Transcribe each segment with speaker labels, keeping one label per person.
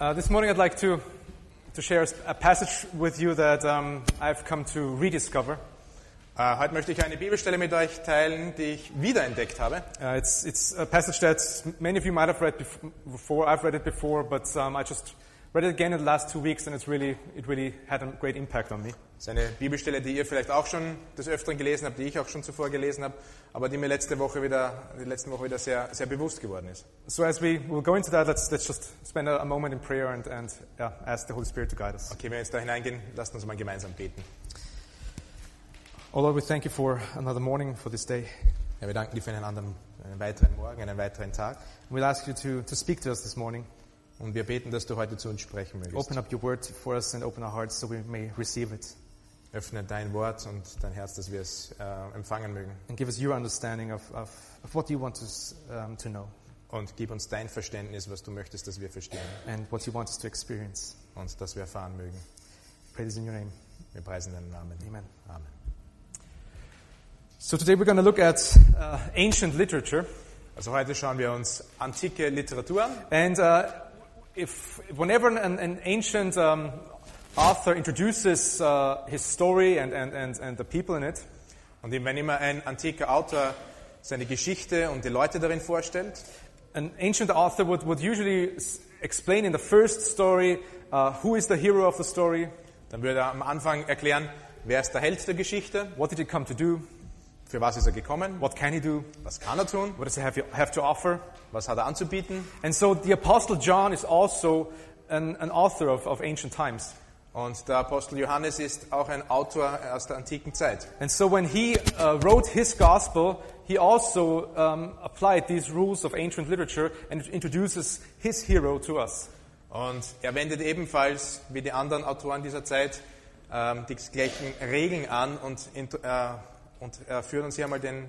Speaker 1: Uh, this morning, I'd like to, to share a passage with you that um, I've come to rediscover.
Speaker 2: Äh, Heute möchte ich eine Bibelstelle mit euch teilen, die ich wiederentdeckt habe.
Speaker 1: Uh, it's, it's a passage that many of you might have read bef- before. I've read it before, but um, I just read it again in the last two weeks, and it's really, it really had a great impact on me.
Speaker 2: Das ist eine Bibelstelle, die ihr vielleicht auch schon des Öfteren gelesen habt, die ich auch schon zuvor gelesen habe, aber die mir letzte Woche wieder, die letzten Woche wieder sehr, sehr bewusst geworden ist.
Speaker 1: So, as we will go into that, let's, let's just spend a, a moment in prayer and, and yeah, ask the Holy Spirit to guide us.
Speaker 2: Okay, wenn wir jetzt da hineingehen, lasst uns mal gemeinsam beten.
Speaker 1: Oh Lord, we thank you for another morning, for this day.
Speaker 2: Ja, wir danken dir für einen anderen, einen weiteren Morgen, einen weiteren Tag.
Speaker 1: We'll ask you to, to speak to us this morning.
Speaker 2: Und wir beten, dass du heute zu uns sprechen mögest.
Speaker 1: Open up your word for us and open our hearts so we may receive it.
Speaker 2: Öffne dein Wort und dein Herz, dass wir es äh, empfangen mögen.
Speaker 1: and give us your understanding of, of, of what you want us um, to know
Speaker 2: Und gib uns dein Verständnis, was du möchtest, dass wir verstehen
Speaker 1: and what you want us to experience.
Speaker 2: und dass wir erfahren mögen.
Speaker 1: Pray this in your name.
Speaker 2: Wir preisen deinen Namen.
Speaker 1: Amen.
Speaker 2: Amen.
Speaker 1: So today we're going to look at uh, ancient literature,
Speaker 2: Also heute schauen wir uns antike Literatur an.
Speaker 1: and uh, if whenever an, an ancient um, author introduces uh, his story and, and, and, and the people in it,
Speaker 2: Und wenn immer ein antiker Autor seine Geschichte und die Leute darin vorstellt,
Speaker 1: an ancient author would, would usually s- explain in the first story uh, who is the hero of the story,
Speaker 2: dann würde er am Anfang erklären, wer ist der Held der Geschichte,
Speaker 1: what did he come to do,
Speaker 2: für was ist er gekommen,
Speaker 1: what can he do,
Speaker 2: was kann er tun,
Speaker 1: what does he have, have to offer.
Speaker 2: was hat er anzubieten.
Speaker 1: And so the Apostle John is also an, an author of, of ancient times.
Speaker 2: Und der Apostel Johannes ist auch ein Autor aus der antiken Zeit.
Speaker 1: And so when he uh, wrote his gospel, he also um, applied these rules of ancient literature and introduces his hero to us.
Speaker 2: Und er wendet ebenfalls, wie die anderen Autoren dieser Zeit, ähm, die gleichen Regeln an und, int- äh, und äh, führt uns hier mal den,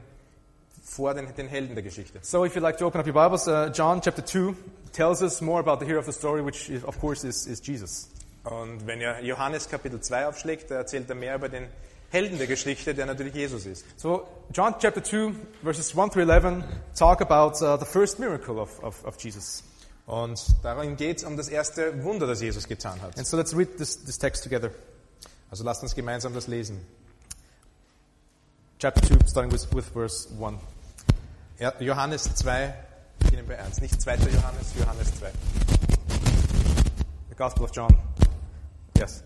Speaker 2: vor den, den Helden der Geschichte.
Speaker 1: So if you'd like to open up your Bibles, uh, John chapter 2 tells us more about the hero of the story, which is, of course is, is Jesus.
Speaker 2: Und wenn ihr Johannes Kapitel 2 aufschlägt, da erzählt er mehr über den Helden der Geschichte, der natürlich Jesus ist.
Speaker 1: So John chapter 2 verses 1 through 11 talk about uh, the first miracle of, of, of Jesus.
Speaker 2: Und darin geht es um das erste Wunder, das Jesus getan hat.
Speaker 1: And so let's read this, this text together.
Speaker 2: Also lasst uns gemeinsam das lesen.
Speaker 1: Chapter 2 starting with, with verse 1.
Speaker 2: Ja, Johannes 2, beginnen wir ernst. Nicht 2. Johannes, Johannes 2.
Speaker 1: The Gospel of John. Yes.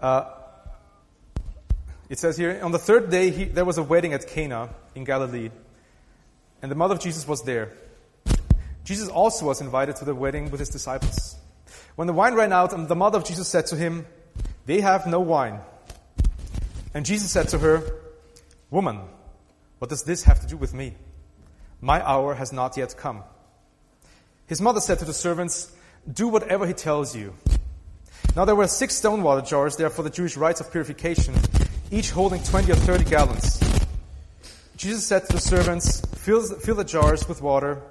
Speaker 1: Uh, it says here On the third day, he, there was a wedding at Cana in Galilee, and the mother of Jesus was there. Jesus also was invited to the wedding with his disciples. When the wine ran out, and the mother of Jesus said to him, They have no wine. And Jesus said to her, Woman, what does this have to do with me? My hour has not yet come. His mother said to the servants, Do whatever he tells you. Now there were six stone water jars there for the Jewish rites of purification, each holding 20 or 30 gallons. Jesus said to the servants, Fill, fill the jars with water,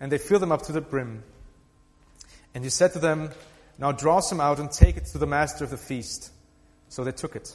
Speaker 1: and they filled them up to the brim. And he said to them, Now draw some out and take it to the master of the feast. So they took it.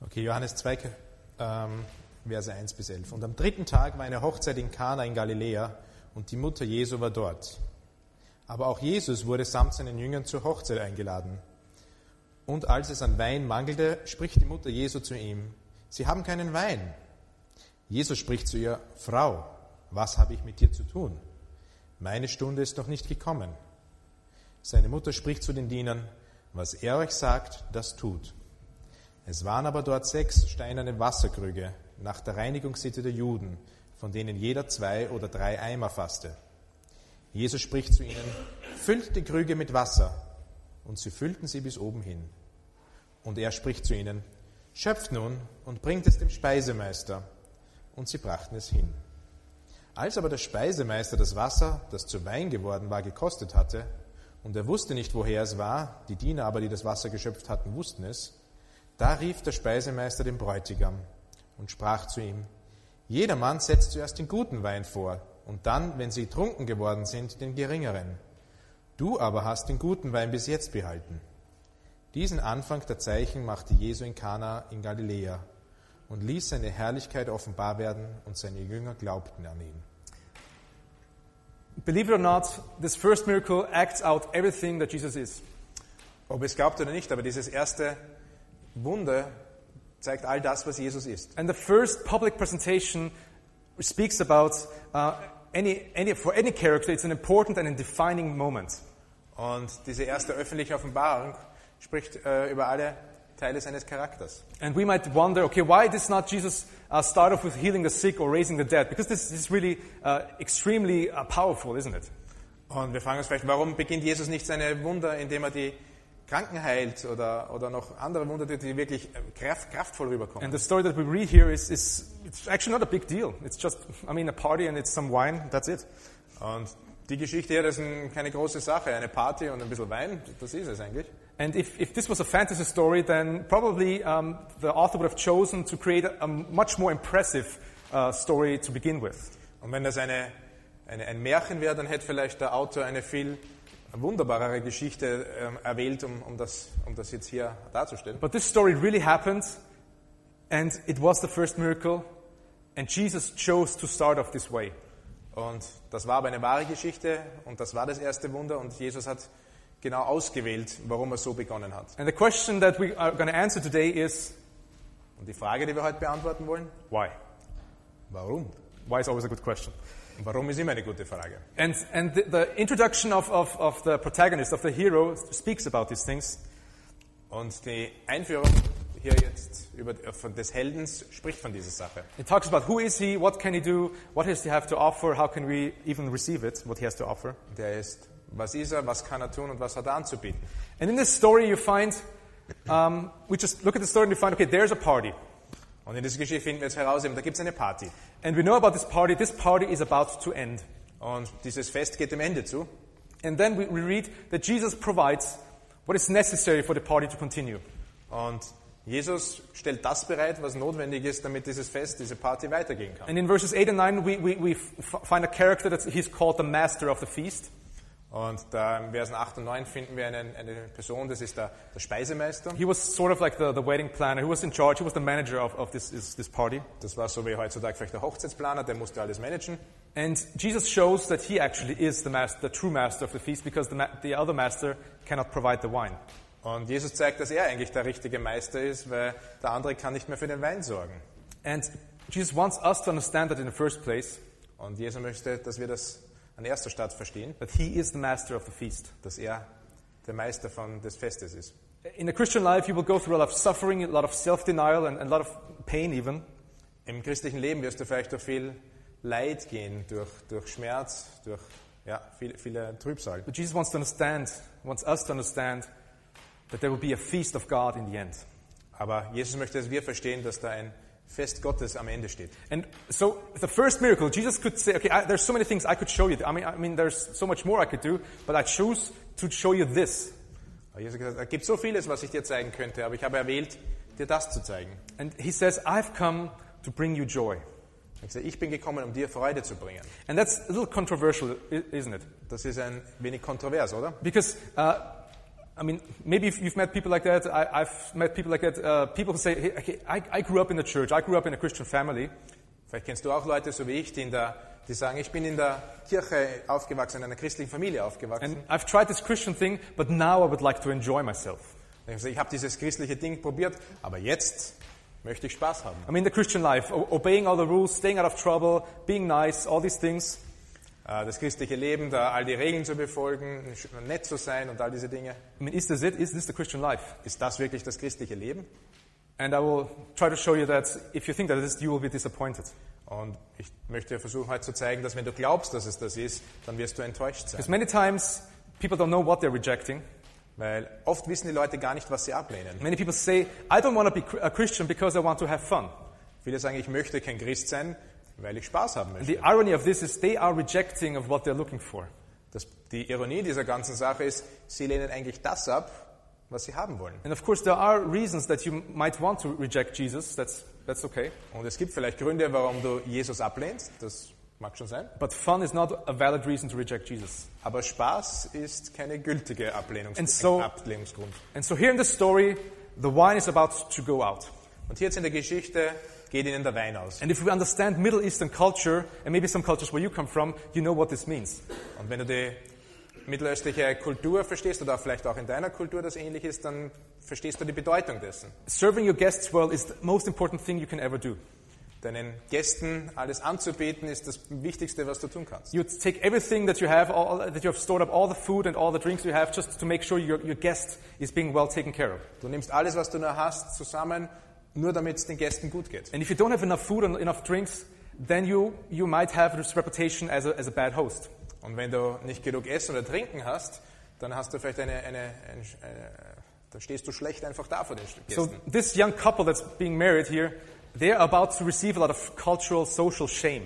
Speaker 2: Okay, Johannes 2, ähm, Verse 1 bis 11. Und am dritten Tag war eine Hochzeit in Kana in Galiläa und die Mutter Jesu war dort. Aber auch Jesus wurde samt seinen Jüngern zur Hochzeit eingeladen. Und als es an Wein mangelte, spricht die Mutter Jesu zu ihm, Sie haben keinen Wein. Jesus spricht zu ihr, Frau, was habe ich mit dir zu tun? Meine Stunde ist noch nicht gekommen. Seine Mutter spricht zu den Dienern, was er euch sagt, das tut. Es waren aber dort sechs steinerne Wasserkrüge nach der Reinigungssitte der Juden, von denen jeder zwei oder drei Eimer fasste. Jesus spricht zu ihnen, füllt die Krüge mit Wasser. Und sie füllten sie bis oben hin. Und er spricht zu ihnen, schöpft nun und bringt es dem Speisemeister. Und sie brachten es hin. Als aber der Speisemeister das Wasser, das zu Wein geworden war, gekostet hatte Und er wusste nicht, woher es war, die Diener aber, die das Wasser geschöpft hatten, wussten es. Da rief der Speisemeister den Bräutigam und sprach zu ihm, Jedermann setzt zuerst den guten Wein vor und dann, wenn sie trunken geworden sind, den geringeren. Du aber hast den guten Wein bis jetzt behalten. Diesen Anfang der Zeichen machte Jesu in Kana in Galiläa und ließ seine Herrlichkeit offenbar werden und seine Jünger glaubten an ihn.
Speaker 1: Believe it or not, this first miracle acts out everything that Jesus is.
Speaker 2: Ob es glaubt oder nicht, aber dieses erste Wunder zeigt all das, was Jesus ist.
Speaker 1: And the first public presentation speaks about uh, any, any, for any character, it's an important and a defining moment.
Speaker 2: Und diese erste öffentliche Offenbarung spricht äh, über alle Teile seines Charakters.
Speaker 1: And we might wonder, okay, why does not Jesus uh, start off with healing the sick or raising the dead? Because this, this is really uh, extremely uh, powerful, isn't it?
Speaker 2: Und wir fragen uns vielleicht, warum beginnt Jesus nicht seine Wunder, indem er die Kranken heilt oder, oder noch andere Wunder, tut, die wirklich äh, kraft, kraftvoll rüberkommen.
Speaker 1: And the story that we read here is, is it's actually not a big deal. It's just, I mean, a party and it's some wine, that's it.
Speaker 2: Und die Geschichte hier, das ist ein- keine große Sache. Eine Party und ein bisschen Wein, das ist es eigentlich.
Speaker 1: And if, if this was a fantasy story, then probably um, the author would have chosen to create a, a much more impressive uh, story to begin with.
Speaker 2: Und wenn das eine, eine, ein Märchen wäre, dann hätte vielleicht der Autor eine viel wunderbarere Geschichte ähm, erwählt, um, um, das, um das jetzt hier darzustellen.
Speaker 1: But this story really happened, and it was the first miracle, and Jesus chose to start off this way.
Speaker 2: Und das war aber eine wahre Geschichte und das war das erste Wunder und Jesus hat genau ausgewählt, warum er so begonnen hat.
Speaker 1: And the question that we are going to answer today is
Speaker 2: Und die Frage, die wir heute beantworten wollen,
Speaker 1: why?
Speaker 2: warum?
Speaker 1: Why is always a good question.
Speaker 2: Und warum ist immer eine gute Frage.
Speaker 1: And, and the, the introduction of, of, of the protagonist, of the hero, speaks about these things.
Speaker 2: Und die Einführung hier jetzt über, von des Heldens spricht von dieser Sache.
Speaker 1: It talks about who is he, what can he do, what does he have to offer, how can we even receive it, what he has to offer.
Speaker 2: Der ist, was ist er, was kann er tun und was hat er anzubieten?
Speaker 1: And in this story, you find, um, we just look at the story and we find, okay, there's a party.
Speaker 2: Und in dieser Geschichte finden wir jetzt heraus, eben, da gibt es eine Party.
Speaker 1: And we know about this party, this party is about to end.
Speaker 2: Und dieses Fest geht dem Ende zu.
Speaker 1: And then we, we read that Jesus provides what is necessary for the party to continue.
Speaker 2: Und Jesus stellt das bereit, was notwendig ist, damit dieses Fest, diese Party weitergehen kann.
Speaker 1: And in verses 8 and 9, we, we, we f- find a character that he's called the master of the feast.
Speaker 2: Und da in Versen 8 und 9 finden wir einen, eine Person, das ist der, der Speisemeister.
Speaker 1: He was sort of like the, the wedding planner. He was in charge. He was the manager of, of this, this, this party.
Speaker 2: Das war so wie heutzutage vielleicht der Hochzeitsplaner, der musste alles managen.
Speaker 1: And Jesus shows that he actually is the, master, the true master of the feast because the, ma- the other master cannot provide the wine.
Speaker 2: Und Jesus zeigt, dass er eigentlich der richtige Meister ist, weil der andere kann nicht mehr für den Wein sorgen.
Speaker 1: And Jesus wants us to understand that in the first place,
Speaker 2: Und Jesus möchte, dass wir das an erster Stadt verstehen,
Speaker 1: that he is the master of the feast.
Speaker 2: dass er der Meister von des Festes ist.
Speaker 1: In the Christian life, you will go through a lot of suffering, a lot of self denial, and, and a lot of pain, even.
Speaker 2: Im christlichen Leben wirst du vielleicht durch viel Leid gehen, durch, durch Schmerz, durch ja, viele, viele Trübsal.
Speaker 1: But Jesus wants to understand, wants us to understand that there will be a feast of God in the end.
Speaker 2: Aber Jesus möchte, dass wir verstehen, dass da ein Fest Gottes am Ende steht.
Speaker 1: And so the first miracle, Jesus could say, okay, I, there's so many things I could show you. I mean, I mean, there's so much more I could do, but I choose to show you this.
Speaker 2: Aber Jesus hat also gesagt, es gibt so vieles, was ich dir zeigen könnte, aber ich habe erwählt, dir das zu zeigen.
Speaker 1: And he says, I've come to bring you joy.
Speaker 2: Er hat gesagt, ich bin gekommen, um dir Freude zu bringen.
Speaker 1: And that's a little controversial, i- isn't it?
Speaker 2: Das ist ein wenig kontrovers, oder?
Speaker 1: Because, uh, I mean, maybe if you've met people like that. I, I've met people like that. Uh, people who say, hey, okay, I, I grew up in the church. I grew up in a Christian family.
Speaker 2: Vielleicht kennst du auch Leute, so wie ich, die, in der, die sagen, ich bin in der Kirche aufgewachsen, in einer christlichen Familie aufgewachsen.
Speaker 1: And I've tried this Christian thing, but now I would like to enjoy myself.
Speaker 2: Und ich sage, ich habe dieses christliche Ding probiert, aber jetzt möchte ich Spaß haben.
Speaker 1: I mean, the Christian life, o- obeying all the rules, staying out of trouble, being nice, all these things.
Speaker 2: Äh, Das christliche Leben, da all die Regeln zu befolgen, nett zu sein und all diese Dinge.
Speaker 1: I mean, is this it? Is this the Christian life?
Speaker 2: Ist das wirklich das christliche Leben?
Speaker 1: And I will try to show you that if you think that it is, you will be disappointed.
Speaker 2: Und ich möchte versuchen heute zu zeigen, dass wenn du glaubst, dass es das ist, dann wirst du enttäuscht sein.
Speaker 1: Because many times people don't know what they're rejecting.
Speaker 2: Weil oft wissen die Leute gar nicht, was sie ablehnen.
Speaker 1: Many people say, I don't want to be cr- a Christian because I want to have fun.
Speaker 2: Viele sagen, ich möchte kein Christ sein, weil ich Spaß haben möchte.
Speaker 1: The irony of this is they are rejecting of what they're looking for.
Speaker 2: Das, die Ironie dieser ganzen Sache ist, sie lehnen eigentlich das ab, was sie haben wollen.
Speaker 1: And of course, there are reasons that you might want to reject Jesus. That's, that's okay.
Speaker 2: Und es gibt vielleicht Gründe, warum du Jesus ablehnst. Das mag schon sein.
Speaker 1: But fun is not a valid reason to reject Jesus.
Speaker 2: Aber Spaß ist keine gültige Ablehnungs
Speaker 1: And so-
Speaker 2: ein Ablehnungsgrund.
Speaker 1: And so here in the story, the wine is about to go out.
Speaker 2: Und hier jetzt in der Geschichte geht ihnen der Wein aus.
Speaker 1: And if we understand Middle Eastern culture, and maybe some cultures where you come from, you know what this means.
Speaker 2: Und wenn du die mittelöstliche Kultur verstehst oder vielleicht auch in deiner Kultur das ähnlich ist, dann verstehst du die Bedeutung dessen.
Speaker 1: Serving your guests well is the most important thing you can ever do.
Speaker 2: Deinen Gästen alles anzubieten ist das Wichtigste, was du tun kannst.
Speaker 1: You take everything that you have, all, that you have stored up, all the food and all the drinks you have, just to make sure your, your guest is being well taken care of.
Speaker 2: Du nimmst alles, was du nur hast, zusammen, nur damit es den Gästen gut geht.
Speaker 1: And if you don't have enough food and enough drinks, then you, you might have this reputation as a, as a bad host.
Speaker 2: Und wenn du nicht genug Essen oder Trinken hast, dann hast du vielleicht eine, eine, ein- eine dann stehst du schlecht einfach da vor den Gästen.
Speaker 1: So this young couple that's being married here, they're about to receive a lot of cultural, social shame.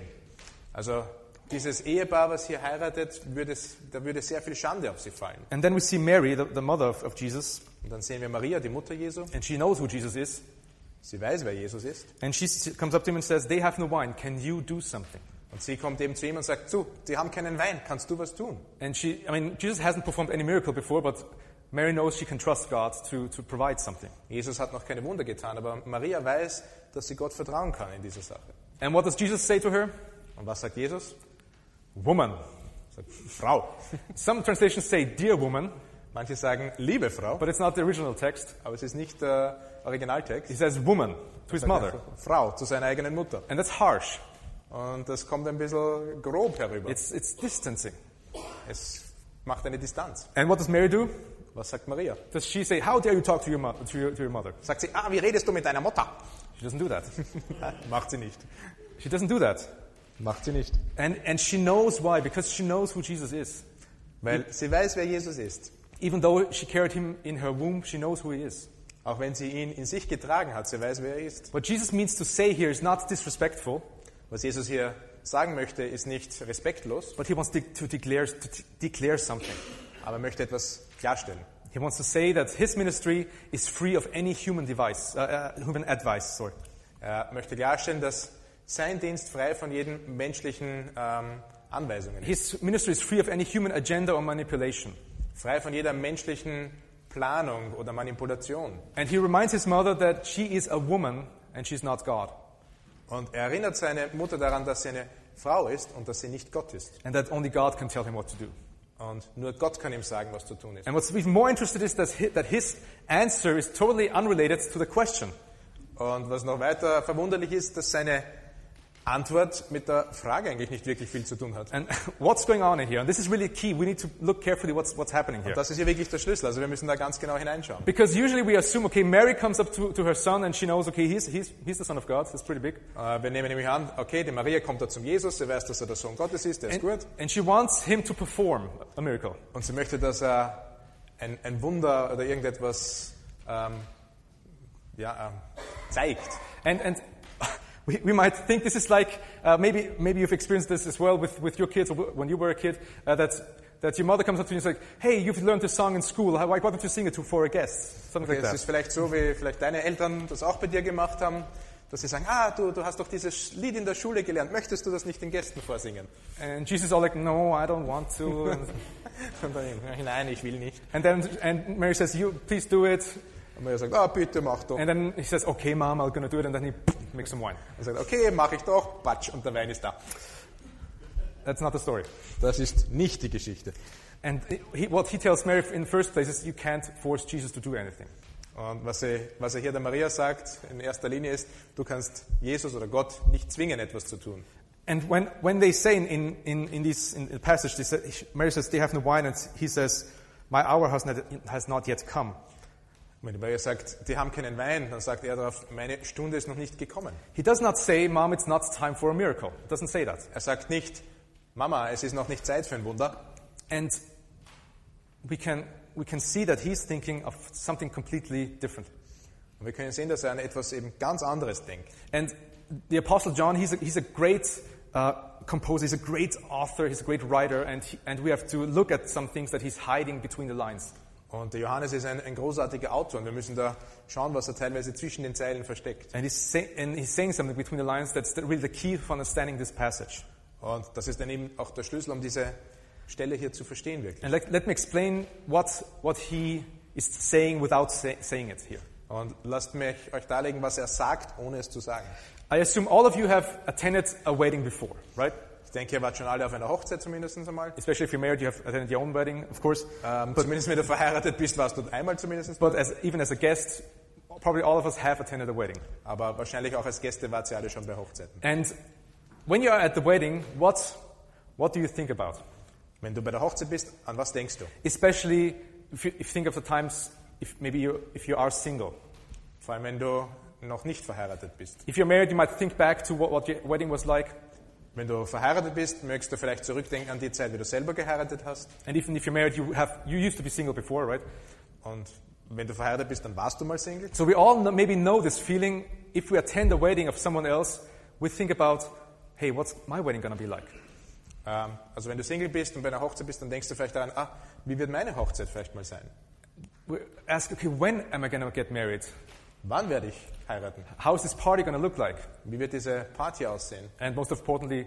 Speaker 2: Also dieses Ehepaar, was hier heiratet, würde, es- da würde sehr viel Schande auf sie fallen.
Speaker 1: And then we see Mary, the, the mother of, of Jesus,
Speaker 2: Und dann sehen wir Maria, die Mutter Jesu.
Speaker 1: and she knows who Jesus is.
Speaker 2: Sie weiß, wer Jesus ist.
Speaker 1: And she s- comes up to him and says, They have no wine. Can you do something?
Speaker 2: Und sie kommt eben zu ihm und sagt, du, die haben keinen Wein, kannst du was tun?
Speaker 1: And she, I mean, Jesus hasn't performed any miracle before, but Mary knows she can trust God to, to provide something.
Speaker 2: Jesus hat noch keine Wunder getan, aber Maria weiß, dass sie Gott vertrauen kann in dieser Sache.
Speaker 1: And what does Jesus say to her?
Speaker 2: Und was sagt Jesus?
Speaker 1: Woman.
Speaker 2: Sagt, Frau.
Speaker 1: Some translations say dear woman,
Speaker 2: Manche sagen, liebe Frau,
Speaker 1: but it's not the original text.
Speaker 2: aber es ist nicht der Originaltext.
Speaker 1: He says woman to his mother.
Speaker 2: Frau zu seiner eigenen Mutter.
Speaker 1: And that's harsh.
Speaker 2: Und das kommt ein bisschen grob herüber.
Speaker 1: It's, it's distancing.
Speaker 2: Es macht eine Distanz.
Speaker 1: And what does Mary do?
Speaker 2: Was sagt Maria?
Speaker 1: Does she say, How dare you talk to your, mo- to your, to your mother?
Speaker 2: Sagt sie, ah, wie redest du mit deiner Mutter?
Speaker 1: She doesn't do that.
Speaker 2: macht sie nicht.
Speaker 1: she doesn't do that.
Speaker 2: Macht sie nicht.
Speaker 1: And, and she knows why, because she knows who Jesus is.
Speaker 2: Weil sie weiß, wer Jesus ist.
Speaker 1: Even though she carried him in her womb, she knows who he is.
Speaker 2: Auch wenn sie ihn in sich getragen hat, sie weiß, wer er ist.
Speaker 1: What Jesus means to say here is not disrespectful,
Speaker 2: Was Jesus hier sagen möchte, ist nicht respektlos,
Speaker 1: but he wants to, to, declare, to t- declare something.
Speaker 2: aber möchte etwas klarstellen.
Speaker 1: He wants to say that his ministry is free of any human device, uh, uh, human advice. Sorry.
Speaker 2: Er möchte klarstellen, dass sein Dienst frei von jeden menschlichen ähm, Anweisungen ist.
Speaker 1: His ministry is free of any human agenda or manipulation.
Speaker 2: Frei von jeder menschlichen Planung oder Manipulation.
Speaker 1: And he reminds his mother that she is a woman and she's not God,
Speaker 2: Und er erinnert seine Mutter daran, dass sie eine Frau ist und dass sie nicht Gott ist.
Speaker 1: and that only God can tell him what to do.
Speaker 2: Und nur Gott kann ihm sagen, was zu tun ist.
Speaker 1: And what's even more interesting is that hi- that his answer is totally unrelated to the question.
Speaker 2: Und was noch weiter verwunderlich ist, dass seine Antwort mit der Frage eigentlich nicht wirklich viel zu tun hat.
Speaker 1: And what's going on in here? And this is really key. We need to look carefully what's, what's happening here.
Speaker 2: Das ist hier wirklich der Schlüssel, also wir müssen da ganz genau hineinschauen.
Speaker 1: Because usually we assume, okay, Mary comes up to, to her son and she knows, okay, he's, he's, he's the son of God. That's pretty big.
Speaker 2: Äh, Wir nehmen nämlich an, okay, die Maria kommt da zum Jesus, sie weiß, dass er der Sohn Gottes ist, der
Speaker 1: And,
Speaker 2: ist gut.
Speaker 1: and she wants him to perform a miracle.
Speaker 2: Und sie möchte, dass er ein, ein Wunder oder irgendetwas ähm, ja, ähm, zeigt.
Speaker 1: And, and we, we might think this is like, uh, maybe, maybe you've experienced this as well with, with your kids or when you were a kid, uh, that, that your mother comes up to you and is like, hey, you've learned this song in school. How- Why don't you sing it to, for a guest? Something
Speaker 2: Okay,
Speaker 1: like that.
Speaker 2: es ist vielleicht so, wie vielleicht deine Eltern das auch bei dir gemacht haben, dass sie sagen, ah, du, du hast doch dieses Lied in der Schule gelernt, möchtest du das nicht den Gästen vorsingen?
Speaker 1: And Jesus is all like, no, I don't want to. And,
Speaker 2: Und dann, eben, nein, ich will nicht.
Speaker 1: and then and Mary says, you, please do it.
Speaker 2: Und Maria sagt, ah, bitte mach doch.
Speaker 1: And then he says, okay, mom, I'm going to do it. And then he makes some wine.
Speaker 2: Und sagt, okay, mach ich doch, patsch, und der Wein ist da.
Speaker 1: That's not the story.
Speaker 2: Das ist nicht die Geschichte.
Speaker 1: And he, what he tells Mary in the first place is you can't force Jesus to do anything.
Speaker 2: Und was er, was er hier der Maria sagt, in erster Linie ist, du kannst Jesus oder Gott nicht zwingen, etwas zu tun.
Speaker 1: And when, when they say in, in, in, in, this, in the passage, they say, Mary says, they have no wine, and he says, my hour has not, has not yet come.
Speaker 2: Wenn die Maria sagt, die haben keinen Wein, dann sagt er darauf, meine Stunde ist noch nicht gekommen.
Speaker 1: He does not say, Mom, it's not time for a miracle. He doesn't say that.
Speaker 2: Er sagt nicht, Mama, es ist noch nicht Zeit für ein Wunder.
Speaker 1: And we can, we can see that he's thinking of something completely different.
Speaker 2: Und wir können sehen, dass er an etwas eben ganz anderes denkt.
Speaker 1: And the Apostle John, he's a, he's a great uh, composer. He's a great author, he's a great writer, and, he, and we have to look at some things that he's hiding between the lines.
Speaker 2: Und der Johannes ist ein, ein großartiger Autor und wir müssen da schauen, was er teilweise zwischen den Zeilen versteckt.
Speaker 1: And he's, say, and he's saying something between the lines that's the, really the key for understanding this passage.
Speaker 2: Und das ist dann eben auch der Schlüssel, um diese Stelle hier zu verstehen wirklich.
Speaker 1: And let, let me explain what, what he is saying without say, saying it here.
Speaker 2: Und lasst mich euch darlegen, was er sagt, ohne es zu sagen.
Speaker 1: I assume all of you have attended a wedding before, right?
Speaker 2: Ich denke, ihr wart schon alle auf einer Hochzeit zumindest einmal.
Speaker 1: Especially if you're married, you have attended your own wedding, of course.
Speaker 2: Ähm, zumindest wenn du verheiratet bist, warst du einmal zumindest.
Speaker 1: But as, even as a guest, probably all of us have attended a wedding.
Speaker 2: Aber wahrscheinlich auch als Gäste wart ihr alle schon bei Hochzeiten.
Speaker 1: And when you are at the wedding, what, what do you think about?
Speaker 2: Wenn du bei der Hochzeit bist, an was denkst du?
Speaker 1: Especially if you, if you think of the times, if maybe you, if you are single.
Speaker 2: Vor allem, wenn du noch nicht verheiratet bist.
Speaker 1: If you're married, you might think back to what, what your wedding was like.
Speaker 2: Wenn du verheiratet bist, möchtest du vielleicht zurückdenken an die Zeit, wie du selber geheiratet hast.
Speaker 1: And even if you're married, you, have, you used to be single before, right?
Speaker 2: Und wenn du verheiratet bist, dann warst du mal Single.
Speaker 1: So we all know, maybe know this feeling. If we attend a wedding of someone else, we think about, hey, what's my wedding going to be like?
Speaker 2: Ähm, also wenn du Single bist und bei einer Hochzeit bist, dann denkst du vielleicht daran, ah, wie wird meine Hochzeit vielleicht mal sein?
Speaker 1: We ask, okay, when am I going to get married?
Speaker 2: Wann werde ich heiraten?
Speaker 1: How is this party going to look like?
Speaker 2: Wie wird diese Party aussehen?
Speaker 1: And most importantly,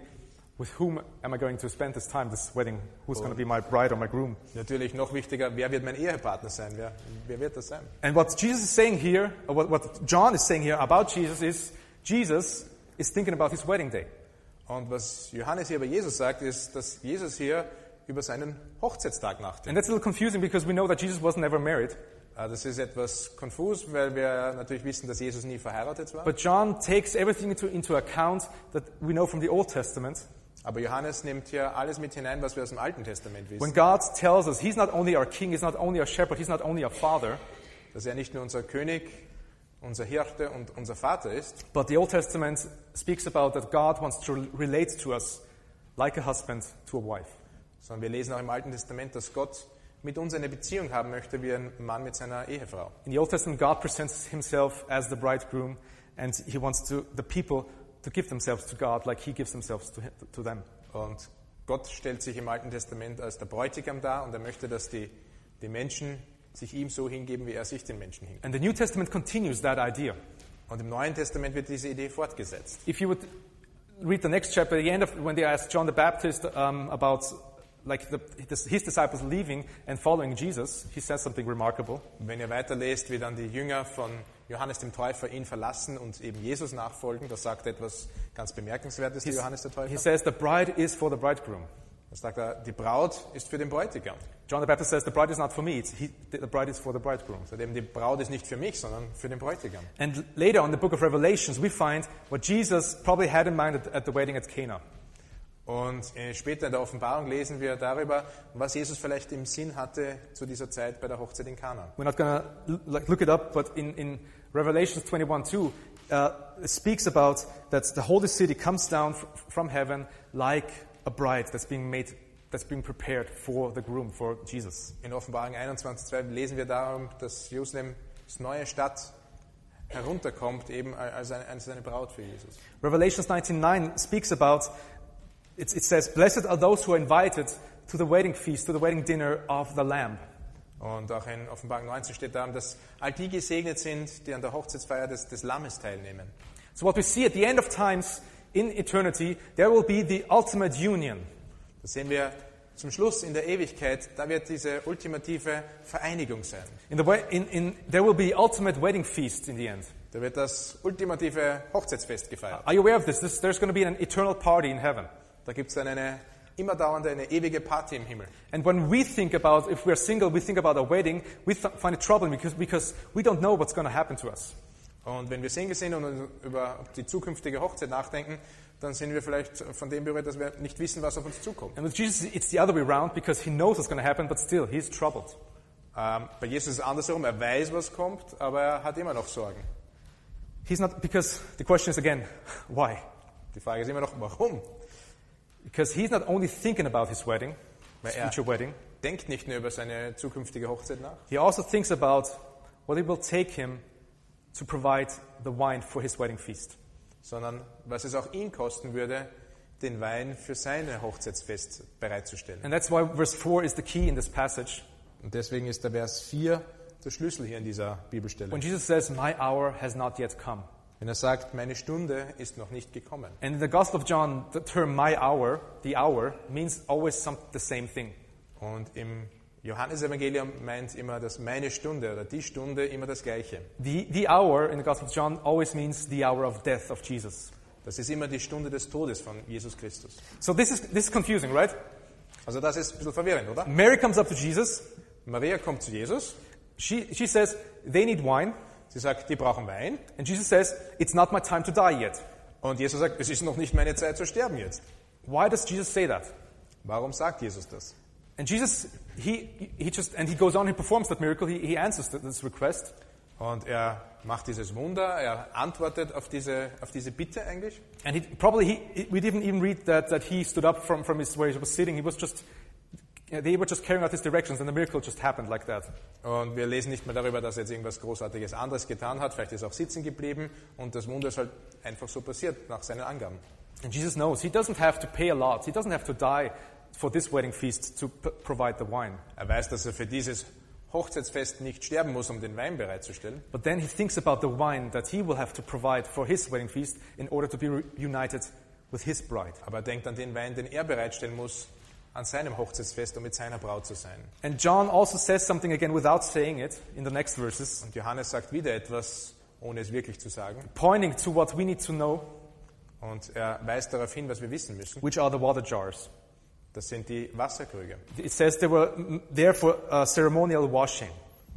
Speaker 1: with whom am I going to spend this time, this wedding? Who's going to be my bride or my groom?
Speaker 2: Natürlich noch wichtiger, wer wird mein Ehepartner sein? Wer, wer wird das sein?
Speaker 1: And what Jesus is saying here, or what, what John is saying here about Jesus is Jesus is thinking about his wedding day.
Speaker 2: Und was Johannes hier über Jesus sagt, ist, dass Jesus hier über seinen Hochzeitstag nachdenkt.
Speaker 1: And that's a little confusing because we know that Jesus was never married.
Speaker 2: Äh, Das ist etwas konfus, weil wir natürlich wissen, dass Jesus nie verheiratet war.
Speaker 1: But John takes everything into, into account that we know from the Old Testament.
Speaker 2: Aber Johannes nimmt hier alles mit hinein, was wir aus dem Alten Testament
Speaker 1: When
Speaker 2: wissen.
Speaker 1: God tells us he's not only our king, he's not only our shepherd, he's not only our father,
Speaker 2: Dass er nicht nur unser König, unser Hirte und unser Vater ist,
Speaker 1: but the Old Testament speaks about that God wants to relate to us like a husband to a wife.
Speaker 2: sondern wir lesen auch im Alten Testament, dass Gott mit uns eine Beziehung haben möchte, wie ein Mann mit seiner Ehefrau.
Speaker 1: In the Old Testament, God presents himself as the bridegroom, and he wants to, the people to give themselves to God like he gives themselves to, him, to them.
Speaker 2: Und Gott stellt sich im Alten Testament als der Bräutigam dar und er möchte, dass die, die Menschen sich ihm so hingeben, wie er sich den Menschen hingibt.
Speaker 1: And the New Testament continues that idea.
Speaker 2: Und im Neuen Testament wird diese Idee fortgesetzt.
Speaker 1: If you would read the next chapter, at the end of when they asked John the Baptist um, about like the, his his disciples leaving and following Jesus, he says something remarkable.
Speaker 2: Und wenn ihr weiterlest, wie dann die Jünger von Johannes dem Täufer ihn verlassen und eben Jesus nachfolgen, das sagt etwas ganz Bemerkenswertes, der Johannes der
Speaker 1: He
Speaker 2: Täufer.
Speaker 1: says, The bride is for the bridegroom.
Speaker 2: Da sagt er, die Braut ist für den Bräutigam.
Speaker 1: John the Baptist says, The bride is not for me, it's he, the bride is for the bridegroom.
Speaker 2: Sagt eben, die Braut ist nicht für mich, sondern für den Bräutigam.
Speaker 1: And later on in the book of Revelations, we find what Jesus probably had in mind at, at the wedding at Cana.
Speaker 2: Und äh, später in der Offenbarung lesen wir darüber, was Jesus vielleicht im Sinn hatte zu dieser Zeit bei der Hochzeit in Kana.
Speaker 1: We're not going to like, look it up, but in, in Revelations 21 2, uh, it speaks about that the holy city comes down f- from heaven like a bride that's being made, that's being prepared for the groom, for Jesus.
Speaker 2: In Offenbarung 21,2 lesen wir darum, dass Jerusalem als neue Stadt herunterkommt, eben als eine, als eine Braut für Jesus.
Speaker 1: Revelations 19:9 speaks about it, it says, "Blessed are those who are invited to the wedding feast, to the wedding dinner of the Lamb."
Speaker 2: Und auch in Offenbarung 19 steht darum, dass all die gesegnet sind, die an der Hochzeitsfeier des, des Lammes teilnehmen.
Speaker 1: So what we see at the end of times in eternity, there will be the ultimate union.
Speaker 2: Das sehen wir zum Schluss in der Ewigkeit, da wird diese ultimative Vereinigung sein.
Speaker 1: In the way, in, in, there will be ultimate wedding feast in the end.
Speaker 2: Da wird das ultimative Hochzeitsfest gefeiert.
Speaker 1: Are you aware of this? this there's going to be an eternal party in heaven.
Speaker 2: Da gibt es dann eine immerdauernde, eine ewige Party im Himmel.
Speaker 1: And when we think about, if we're single, we think about a wedding, we th- find it troubling because, because we don't know what's going to happen to us.
Speaker 2: Und wenn wir Single sind und über die zukünftige Hochzeit nachdenken, dann sind wir vielleicht von dem berührt, dass wir nicht wissen, was auf uns zukommt.
Speaker 1: And with Jesus, it's the other way around because he knows what's going to happen, but still, he's troubled.
Speaker 2: Ähm, bei Jesus ist es andersherum, er weiß, was kommt, aber er hat immer noch Sorgen.
Speaker 1: He's not, because the question is again, why?
Speaker 2: Die Frage ist immer noch, warum?
Speaker 1: Because he's not only thinking about his wedding, his
Speaker 2: Yeah.
Speaker 1: future wedding,
Speaker 2: Denkt nicht nur über seine zukünftige Hochzeit nach,
Speaker 1: He also thinks about what it will take him to provide the wine for his wedding feast.
Speaker 2: sondern was es auch ihn kosten würde, den Wein für sein Hochzeitsfest bereitzustellen.
Speaker 1: And that's why verse 4 is the key in this passage.
Speaker 2: Und deswegen ist der Vers 4 der Schlüssel hier in dieser Bibelstelle.
Speaker 1: When Jesus says, My hour has not yet come.
Speaker 2: Wenn er sagt, meine Stunde ist noch nicht gekommen.
Speaker 1: And in the Gospel of John, the term my hour, the hour, means always some, the same thing.
Speaker 2: Und im Johannesevangelium meint immer, dass meine Stunde oder die Stunde immer das Gleiche.
Speaker 1: The, the hour in the Gospel of John always means the hour of death of Jesus.
Speaker 2: Das ist immer die Stunde des Todes von Jesus Christus.
Speaker 1: So this is, this is confusing, right?
Speaker 2: Also das ist ein bisschen verwirrend, oder?
Speaker 1: Mary comes up to Jesus.
Speaker 2: Maria kommt zu Jesus,
Speaker 1: She, she says, They need wine.
Speaker 2: sie sagt, die brauchen Wein.
Speaker 1: And Jesus says, It's not my time to die yet.
Speaker 2: Und Jesus sagt, es ist noch nicht meine Zeit zu sterben jetzt.
Speaker 1: Why does Jesus say that?
Speaker 2: Warum sagt Jesus das?
Speaker 1: And Jesus, he, he just, and he goes on, he performs that miracle, he, he answers th- this request.
Speaker 2: Und er macht dieses Wunder, er antwortet auf diese, auf diese Bitte eigentlich.
Speaker 1: And he, probably he, it- we didn't even read that, that he stood up from, from his where he was sitting. He was just, yeah, they were just carrying out his directions, and the miracle just happened like that.
Speaker 2: Und wir lesen nicht mehr darüber, dass er jetzt irgendwas Großartiges anderes getan hat. Vielleicht ist er auch sitzen geblieben und das Wunder ist halt einfach so passiert nach seinen Angaben.
Speaker 1: And Jesus knows he doesn't have to pay a lot. He doesn't have to die for this wedding feast to p- provide the wine.
Speaker 2: Er weiß, dass er für dieses Hochzeitsfest nicht sterben muss, um den Wein bereitzustellen.
Speaker 1: But then he thinks about the wine that he will have to provide for his wedding feast in order to be re- united with his bride.
Speaker 2: Aber er denkt an den Wein, den er bereitstellen muss, an seinem Hochzeitsfest, um mit seiner Braut zu sein.
Speaker 1: And John also says something again without saying it in the next verses,
Speaker 2: Und Johannes sagt wieder etwas, ohne es wirklich zu sagen.
Speaker 1: pointing to what we need to know,
Speaker 2: Und er weist darauf hin, was wir wissen müssen.
Speaker 1: which are the water jars.
Speaker 2: Das sind die Wasserkrüge.
Speaker 1: It says they were mm, there for uh, ceremonial washing.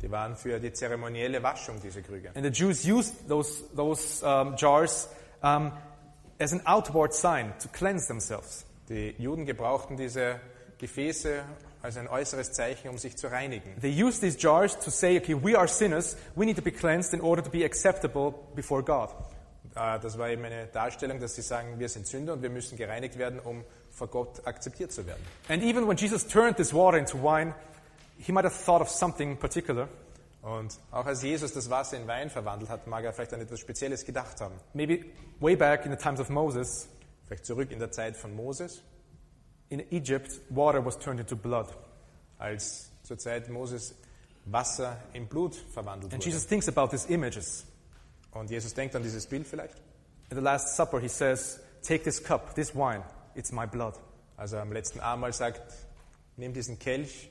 Speaker 2: Die waren für die zeremonielle Waschung, diese Krüge.
Speaker 1: And the Jews used those, those um, jars um, as an outward sign to cleanse themselves.
Speaker 2: Die Juden gebrauchten diese Gefäße als ein äußeres Zeichen, um sich zu reinigen.
Speaker 1: They used these jars to say, okay, we are sinners, we need to be cleansed in order to be acceptable before God.
Speaker 2: Äh, Das war eben eine Darstellung, dass sie sagen, wir sind Sünder und wir müssen gereinigt werden, um vor Gott akzeptiert zu werden.
Speaker 1: And even when Jesus turned this water into wine, he might have thought of something particular.
Speaker 2: Und auch als Jesus das Wasser in Wein verwandelt hat, mag er vielleicht an etwas Spezielles gedacht haben.
Speaker 1: Maybe way back in the times of Moses,
Speaker 2: Vielleicht zurück in der Zeit von Moses,
Speaker 1: in Egypt, water was turned into blood.
Speaker 2: als zur Zeit Moses Wasser in Blut verwandelt
Speaker 1: And
Speaker 2: wurde.
Speaker 1: Jesus thinks about these images.
Speaker 2: und Jesus denkt an dieses Bild vielleicht.
Speaker 1: At the Last Supper, he says, Take this cup, this wine, it's my blood.
Speaker 2: Also am letzten Abendmahl sagt, nimm diesen Kelch,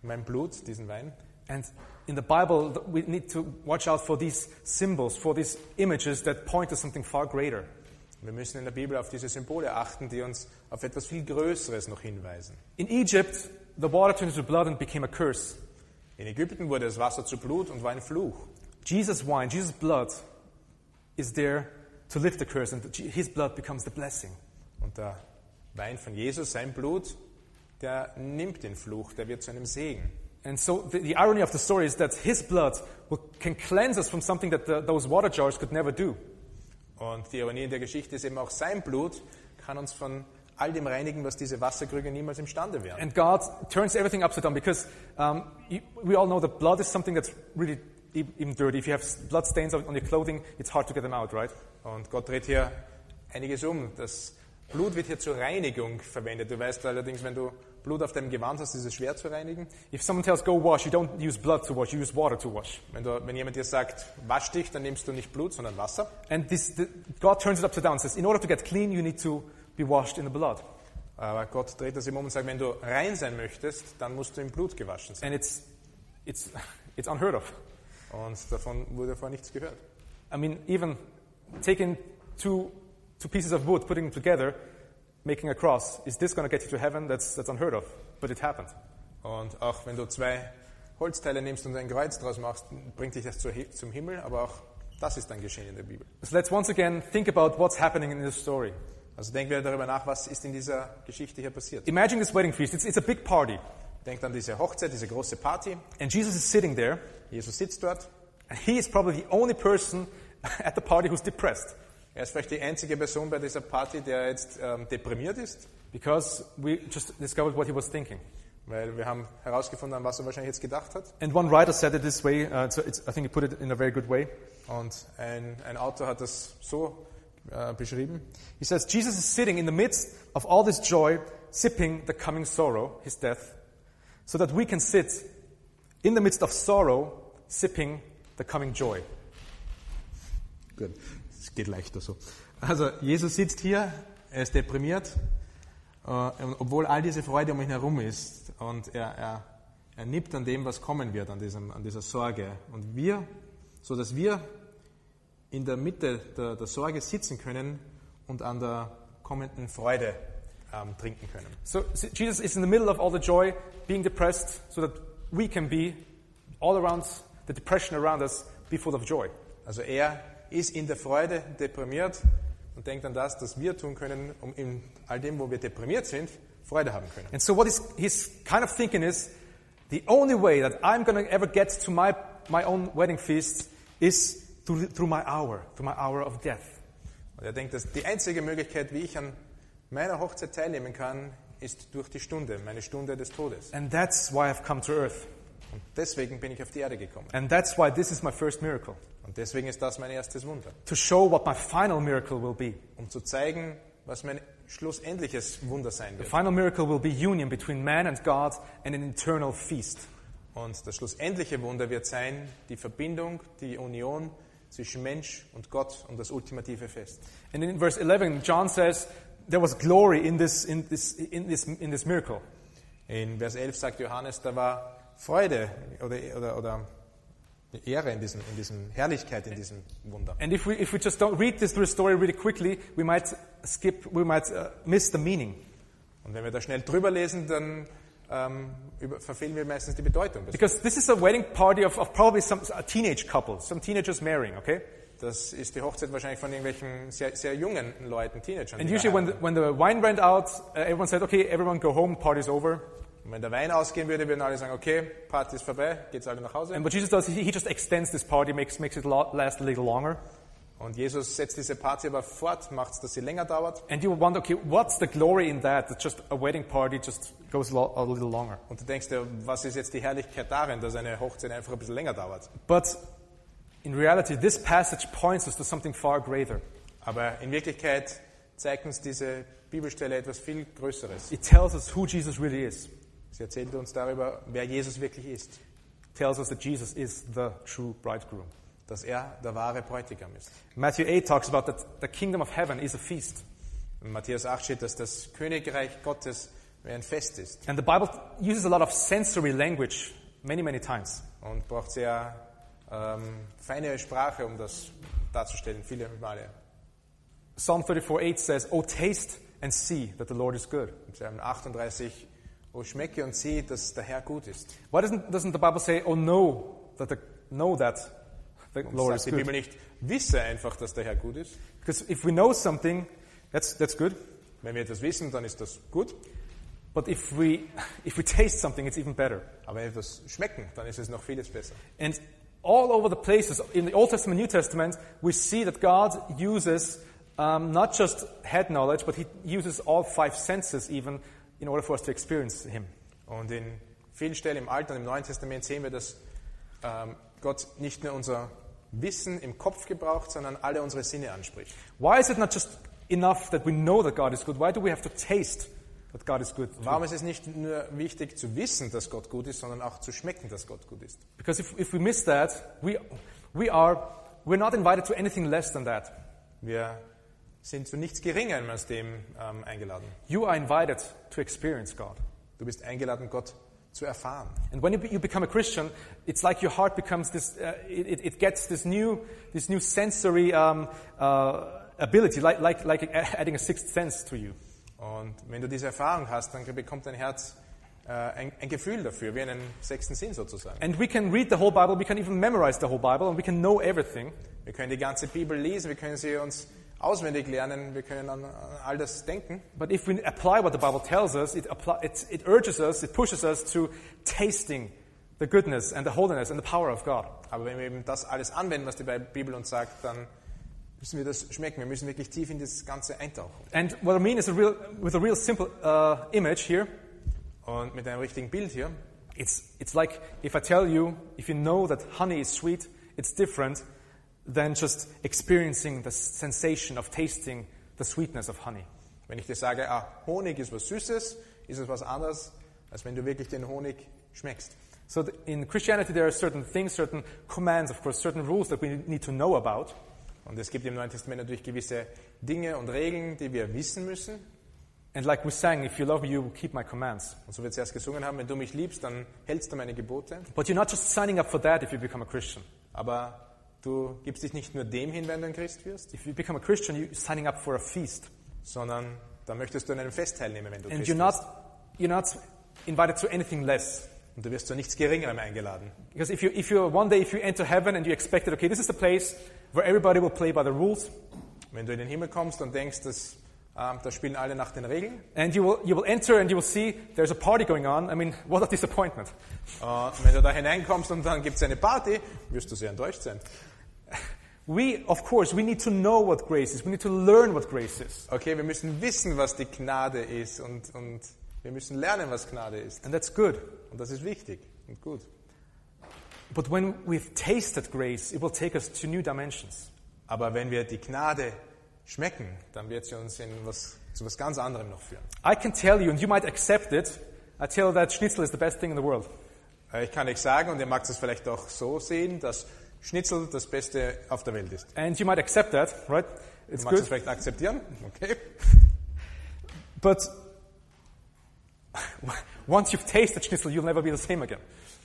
Speaker 2: mein Blut, diesen Wein.
Speaker 1: And in the Bible, th- we need to watch out for these symbols, for these images that point to something far greater.
Speaker 2: Wir müssen in der Bibel auf diese Symbole achten, die uns auf etwas viel Größeres noch hinweisen.
Speaker 1: In Egypt, the water turned into blood and became a curse.
Speaker 2: In Ägypten wurde das Wasser zu Blut und war ein Fluch.
Speaker 1: Jesus' wine, Jesus' blood, is there to lift the curse, and Je- his blood becomes the blessing.
Speaker 2: Und der Wein von Jesus, sein Blut, der nimmt den Fluch, der wird zu einem Segen.
Speaker 1: And so the, the irony of the story is that his blood will, can cleanse us from something that the, those water jars could never do.
Speaker 2: Und die Ironie in der Geschichte ist eben auch sein Blut kann uns von all dem reinigen, was diese Wasserkrüge niemals imstande wären.
Speaker 1: And God turns everything upside down because um, you, we all know that blood is something that's really e- even dirty. If you have s- blood stains on on your clothing, it's hard to get them out, right?
Speaker 2: Und Gott dreht hier einiges um. Das Blut wird hier zur Reinigung verwendet. Du weißt allerdings, wenn du Blut auf deinem Gewand hast, ist es schwer zu reinigen.
Speaker 1: If someone tells go wash, you don't use blood to wash, you use water to wash.
Speaker 2: Wenn, du, wenn jemand dir sagt, wasch dich, dann nimmst du nicht Blut, sondern Wasser.
Speaker 1: And this, the, God turns it upside down and says, in order to get clean, you need to be washed in the blood.
Speaker 2: Aber Gott dreht das ihm um und sagt, wenn du rein sein möchtest, dann musst du im Blut gewaschen sein.
Speaker 1: And it's, it's, it's unheard of.
Speaker 2: Und davon wurde vorher nichts gehört.
Speaker 1: I mean, even taking two, two pieces of wood, putting them together, making a cross, is this going to get you to heaven? That's, that's unheard of. But it happened.
Speaker 2: Und auch wenn du zwei Holzteile nimmst und ein Kreuz draus machst, bringt dich das zur Hi- zum Himmel, aber auch das ist dann geschehen in der Bibel.
Speaker 1: So let's once again think about what's happening in this story.
Speaker 2: Also denken wir darüber nach, was ist in dieser Geschichte hier passiert.
Speaker 1: Imagine this wedding feast. It's, it's a big party.
Speaker 2: Denkt an diese Hochzeit, diese große Party.
Speaker 1: And Jesus is sitting there.
Speaker 2: Jesus sitzt dort.
Speaker 1: And he is probably the only person at the party who's depressed.
Speaker 2: Er ist vielleicht die einzige Person bei dieser Party, der jetzt ähm, deprimiert ist,
Speaker 1: Because we just discovered what he was thinking.
Speaker 2: weil wir haben herausgefunden, an was er wahrscheinlich jetzt gedacht hat.
Speaker 1: And one writer said it this way. Uh, so it's, I think he put it in a very good way.
Speaker 2: Und ein, ein Autor hat das so äh, beschrieben.
Speaker 1: He says, Jesus is sitting in the midst of all this joy, sipping the coming sorrow, his death, so that we can sit in the midst of sorrow, sipping the coming joy.
Speaker 2: Gut, es geht leichter so. Also Jesus sitzt hier, er ist deprimiert, äh, und obwohl all diese Freude um ihn herum ist und er, er, er nippt an dem, was kommen wird, an, diesem, an dieser Sorge. Und wir, so dass wir in der Mitte der, der Sorge sitzen können und an der kommenden Freude ähm, trinken können.
Speaker 1: So s- Jesus is in the middle of all the joy, being depressed, so that we can be all around the depression around us, be full of joy.
Speaker 2: Also er ist in der Freude deprimiert und denkt an das, was wir tun können, um in all dem, wo wir deprimiert sind, Freude haben können.
Speaker 1: And so what is, he's kind of thinking is, the only way that I'm going to ever get to my, my own wedding feast is through, through my hour, through my hour of death.
Speaker 2: Und er denkt, dass die einzige Möglichkeit, wie ich an meiner Hochzeit teilnehmen kann, ist durch die Stunde, meine Stunde des Todes.
Speaker 1: And that's why I've come to earth.
Speaker 2: Und deswegen bin ich auf die Erde gekommen.
Speaker 1: And that's why this is my first miracle,
Speaker 2: Und deswegen ist das mein erstes Wunder.
Speaker 1: to show what my final miracle will be.
Speaker 2: Um zu zeigen, was mein schlussendliches Wunder sein
Speaker 1: The
Speaker 2: wird.
Speaker 1: final miracle will be union between man and God and an eternal feast.
Speaker 2: Und das schlussendliche Wunder wird sein, die Verbindung, die Union zwischen Mensch und Gott und das ultimative Fest.
Speaker 1: And in verse 11, John says, there was glory in this, in this, in this, in this miracle.
Speaker 2: In Vers 11 sagt Johannes, da war Freude oder, oder, oder Ehre in diesem, in diesem Herrlichkeit, in diesem Wunder.
Speaker 1: And if we, if we just don't read this through the story really quickly, we might skip, we might uh, miss the meaning.
Speaker 2: Und wenn wir da schnell drüber lesen, dann ähm, über, verfehlen wir meistens die Bedeutung. Das-
Speaker 1: Because this is a wedding party of, of probably some a teenage couple, some teenagers marrying, okay?
Speaker 2: Das ist die Hochzeit wahrscheinlich von irgendwelchen sehr, sehr jungen Leuten, Teenagern.
Speaker 1: And
Speaker 2: die
Speaker 1: usually when the,
Speaker 2: heiraten.
Speaker 1: when the wine ran out, uh, everyone said, okay, everyone go home, party's over.
Speaker 2: Und wenn der Wein ausgehen würde, würden alle sagen, okay, Party ist vorbei, geht's alle nach Hause.
Speaker 1: And what Jesus does, he, he just extends this party, makes, makes it lo- last a little longer.
Speaker 2: Und Jesus setzt diese Party aber fort, macht's, dass sie länger dauert.
Speaker 1: And you wonder, okay, what's the glory in that? That just a wedding party just goes lo- a little longer.
Speaker 2: Und du denkst dir, was ist jetzt die Herrlichkeit darin, dass eine Hochzeit einfach ein bisschen länger dauert?
Speaker 1: But in reality, this passage points us to something far greater.
Speaker 2: Aber in Wirklichkeit zeigt uns diese Bibelstelle etwas viel Größeres.
Speaker 1: It tells us who Jesus really is.
Speaker 2: Sie erzählt uns darüber, wer Jesus wirklich ist.
Speaker 1: It tells us that Jesus is the true bridegroom.
Speaker 2: Dass er der wahre Bräutigam ist.
Speaker 1: Matthew 8 talks about that the kingdom of heaven is a feast.
Speaker 2: In Matthäus 8 steht, dass das Königreich Gottes wie ein Fest ist
Speaker 1: And the Bible uses a lot of sensory language many, many times.
Speaker 2: und braucht sehr ähm, feine Sprache, um das darzustellen, viele Male.
Speaker 1: Psalm 34 8 says, Oh, taste and see that the Lord is good.
Speaker 2: Im Psalm 38, O schmecke und sieh, dass der Herr gut ist.
Speaker 1: Why doesn't, doesn't the Bible say, Oh, know that the, know that the Lord is
Speaker 2: Sagt die
Speaker 1: good?
Speaker 2: Bibel nicht, wisse einfach, dass der Herr gut ist.
Speaker 1: Because if we know something, that's, that's good.
Speaker 2: Wenn wir etwas wissen, dann ist das gut.
Speaker 1: But if we, if we taste something, it's even better.
Speaker 2: Aber wenn wir etwas schmecken, dann ist es noch vieles besser.
Speaker 1: And all over the places, in the Old Testament, New Testament, we see that God uses um, not just head knowledge, but He uses all five senses even in order for us to experience Him.
Speaker 2: Und in vielen Stellen im Alten und im Neuen Testament sehen wir, dass ähm, Gott nicht nur unser Wissen im Kopf gebraucht, sondern alle unsere Sinne anspricht.
Speaker 1: Why is it not just enough that we know that God is good? Why do we have to taste that God is good? too?
Speaker 2: Warum ist es nicht nur wichtig zu wissen, dass Gott gut ist, sondern auch zu schmecken, dass Gott gut ist?
Speaker 1: Because if, if we miss that, we, we are, we're not invited to anything less than that.
Speaker 2: Wir sind zu nichts Geringerem als dem ähm, eingeladen.
Speaker 1: You are invited to experience God.
Speaker 2: Du bist eingeladen, Gott zu erfahren.
Speaker 1: And when you, be, you become a Christian, it's like your heart becomes this, uh, it, it- it gets this new, this new sensory um, uh, ability, like, like, like adding a sixth sense to you.
Speaker 2: Und wenn du diese Erfahrung hast, dann bekommt dein Herz äh, ein, ein Gefühl dafür, wie einen sechsten Sinn sozusagen.
Speaker 1: And we can read the whole Bible, we can even memorize the whole Bible, and we can know everything.
Speaker 2: Wir können die ganze Bibel lesen, wir können sie uns auswendig lernen, wir können an, an all das denken.
Speaker 1: But if we apply what the Bible tells us, it, apply, it, it urges us, it pushes us to tasting the goodness and the holiness and the power of God.
Speaker 2: Aber wenn wir eben das alles anwenden, was die Bibel uns sagt, dann müssen wir das schmecken. Wir müssen wirklich tief in das Ganze eintauchen.
Speaker 1: And what I mean is a real, with a real simple uh, image here,
Speaker 2: Und mit einem richtigen Bild hier,
Speaker 1: It's, it's like if I tell you, if you know that honey is sweet, it's different than just experiencing the sensation of tasting the sweetness of honey.
Speaker 2: Wenn ich dir sage, ah, Honig ist was Süßes, ist es was anderes, als wenn du wirklich den Honig schmeckst.
Speaker 1: So th- in Christianity, there are certain things, certain commands, of course, certain rules that we need to know about.
Speaker 2: Und es gibt im Neuen Testament natürlich gewisse Dinge und Regeln, die wir wissen müssen.
Speaker 1: And like we sang, if you love me, you will keep my commands.
Speaker 2: Und so wird es erst gesungen haben, wenn du mich liebst, dann hältst du meine Gebote.
Speaker 1: But you're not just signing up for that if you become a Christian.
Speaker 2: Aber du gibst dich nicht nur dem hin, wenn du ein Christ wirst,
Speaker 1: If you become a Christian, you're signing up for a feast.
Speaker 2: sondern da möchtest du an einem Fest teilnehmen, wenn du
Speaker 1: And
Speaker 2: Christ
Speaker 1: you're
Speaker 2: wirst.
Speaker 1: not, you're not invited to anything less.
Speaker 2: Und du wirst zu nichts Geringerem eingeladen.
Speaker 1: Because if you, if you, one day, if you enter heaven and you expect that, okay, this is the place where everybody will play by the rules,
Speaker 2: Wenn du in den Himmel kommst und denkst, dass, ähm, da spielen alle nach den Regeln,
Speaker 1: and you will, you will enter and you will see there's a party going on, I mean, what a disappointment.
Speaker 2: äh, wenn du da hineinkommst und dann gibt es eine Party, wirst du sehr enttäuscht sein.
Speaker 1: We, of course, we need to know what grace is. We need to learn what grace is.
Speaker 2: Okay, wir müssen wissen, was die Gnade ist und, und wir müssen lernen, was Gnade ist.
Speaker 1: And that's good.
Speaker 2: Und das ist wichtig und gut.
Speaker 1: But when we've tasted grace, it will take us to new dimensions.
Speaker 2: Aber wenn wir die Gnade schmecken, dann wird sie uns in was, zu was ganz anderem noch führen.
Speaker 1: I can tell you, and you might accept it, I tell you that schnitzel is the best thing in the world.
Speaker 2: Äh, Ich kann euch sagen, und ihr mag es vielleicht auch so sehen, dass Schnitzel das Beste auf der Welt ist.
Speaker 1: And you might accept that, right? It's
Speaker 2: Du magst es
Speaker 1: good.
Speaker 2: vielleicht akzeptieren, okay?
Speaker 1: But once you've tasted schnitzel, you'll never be the same again.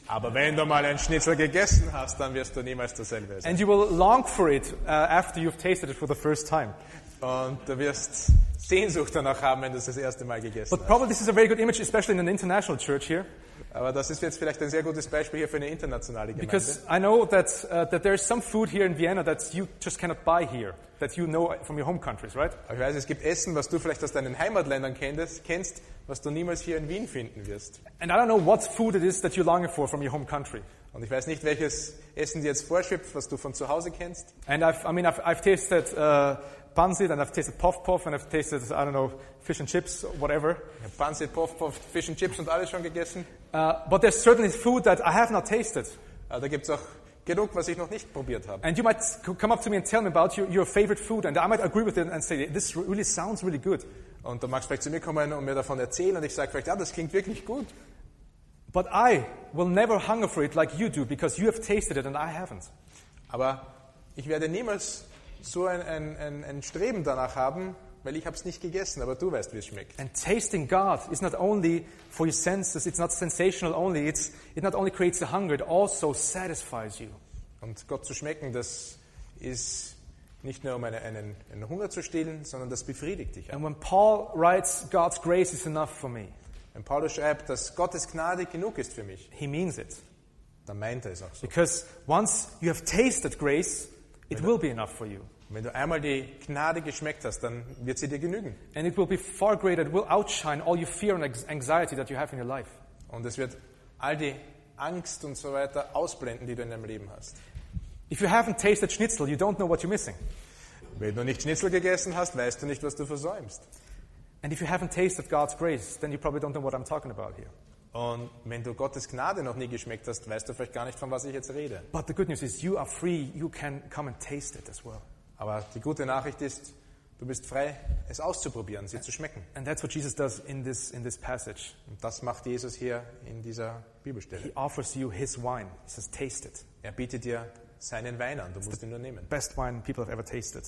Speaker 2: Aber wenn du mal einen Schnitzel gegessen hast, dann wirst du niemals dasselbe sein.
Speaker 1: And you will long for it uh, after you've tasted it for the first time.
Speaker 2: Und du wirst Sehnsucht danach haben, wenn du es das erste Mal gegessen
Speaker 1: But
Speaker 2: hast.
Speaker 1: probably this is a very good image, especially in an international church here,
Speaker 2: Aber das ist jetzt vielleicht ein sehr gutes Beispiel hier für eine internationale Gemeinde.
Speaker 1: because I know that, uh, that there is some food here in Vienna that you just cannot buy here, that you know from your home countries, right?
Speaker 2: Aber ich weiß, es gibt Essen, was du vielleicht aus deinen Heimatländern kennst, kennst, was du niemals hier in Wien finden wirst.
Speaker 1: And I don't know what food it is that you're longing for from your home country.
Speaker 2: Und ich weiß nicht, welches Essen dir jetzt vorschwebt, was du von zu Hause kennst.
Speaker 1: And I've, I mean, I've, I've tasted uh, pancit, and I've tasted puff puff, and I've tasted, I don't know, fish and chips, whatever.
Speaker 2: Ich habe Pancit, Puff Puff, Fish and Chips und alles schon gegessen.
Speaker 1: Uh, but there's certainly food that I have not tasted.
Speaker 2: Aber da gibt es auch genug, was ich noch nicht probiert habe.
Speaker 1: And you might c- come up to me and tell me about your, your favorite food, and I might agree with it and say, this really sounds really good.
Speaker 2: Und du magst vielleicht zu mir kommen und mir davon erzählen und ich sage vielleicht, ja, das klingt wirklich gut.
Speaker 1: But I will never hunger for it like you do because you have tasted it and I haven't.
Speaker 2: Aber ich werde niemals so ein, ein, ein, ein Streben danach haben, weil ich habe es nicht gegessen, aber du weißt, wie es schmeckt.
Speaker 1: And tasting God is not only for your senses, it's not sensational only, it's, it not only creates the hunger, it also satisfies you.
Speaker 2: Und Gott zu schmecken, das ist nicht nur um eine, einen, einen Hunger zu stillen, sondern das befriedigt dich. auch.
Speaker 1: And when Paul writes, God's grace is enough for me,
Speaker 2: Wenn Paulus schreibt, dass Gottes Gnade genug ist für mich,
Speaker 1: he means it.
Speaker 2: dann meint er es auch so.
Speaker 1: Because once you have tasted grace, it will be enough for you.
Speaker 2: Wenn du einmal die Gnade geschmeckt hast, dann wird sie dir genügen.
Speaker 1: And it will be far greater, it will outshine all your fear and anx- anxiety that you have in your life.
Speaker 2: Und es wird all die Angst und so weiter ausblenden, die du in deinem Leben hast.
Speaker 1: If you haven't tasted schnitzel, you don't know what you're missing.
Speaker 2: Wenn du nicht Schnitzel gegessen hast, weißt du nicht, was du versäumst.
Speaker 1: And if you haven't tasted God's grace, then you probably don't know what I'm talking about here.
Speaker 2: Und wenn du Gottes Gnade noch nie geschmeckt hast, weißt du vielleicht gar nicht, von was ich jetzt rede.
Speaker 1: But the good news is you are free, you can come and taste it as well.
Speaker 2: Aber die gute Nachricht ist, du bist frei, es auszuprobieren, sie zu schmecken.
Speaker 1: And that's what Jesus does in this, in this passage.
Speaker 2: Und das macht Jesus hier in dieser Bibelstelle.
Speaker 1: He offers you his wine. He says, taste it.
Speaker 2: Er bietet dir seinen Wein an, du musst ihn nur nehmen.
Speaker 1: Best wine people have ever tasted.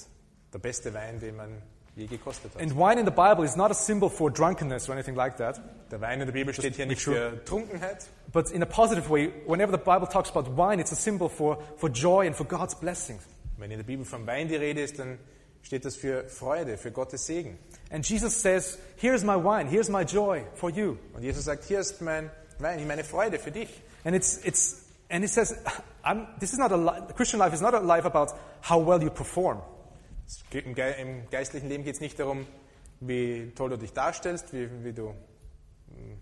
Speaker 2: Der beste Wein, den man je gekostet hat.
Speaker 1: And wine in the Bible is not a symbol for drunkenness or anything like that.
Speaker 2: Der Wein in der Bibel steht hier nicht für Trunkenheit,
Speaker 1: But in a positive way, whenever the Bible talks about wine, it's a symbol for, for joy and for God's blessings.
Speaker 2: Wenn in der Bibel vom Wein die Rede ist, dann steht das für Freude, für Gottes Segen.
Speaker 1: And Jesus says, here's my wine, here's my joy for you.
Speaker 2: Und Jesus sagt, hier ist mein Wein, meine Freude für dich.
Speaker 1: And it's, it's, and it says, I'm, this is not a li- the Christian life is not a life about how well you perform.
Speaker 2: Es geht Im, Ge im geistlichen Leben geht es nicht darum, wie toll du dich darstellst, wie, wie du mm,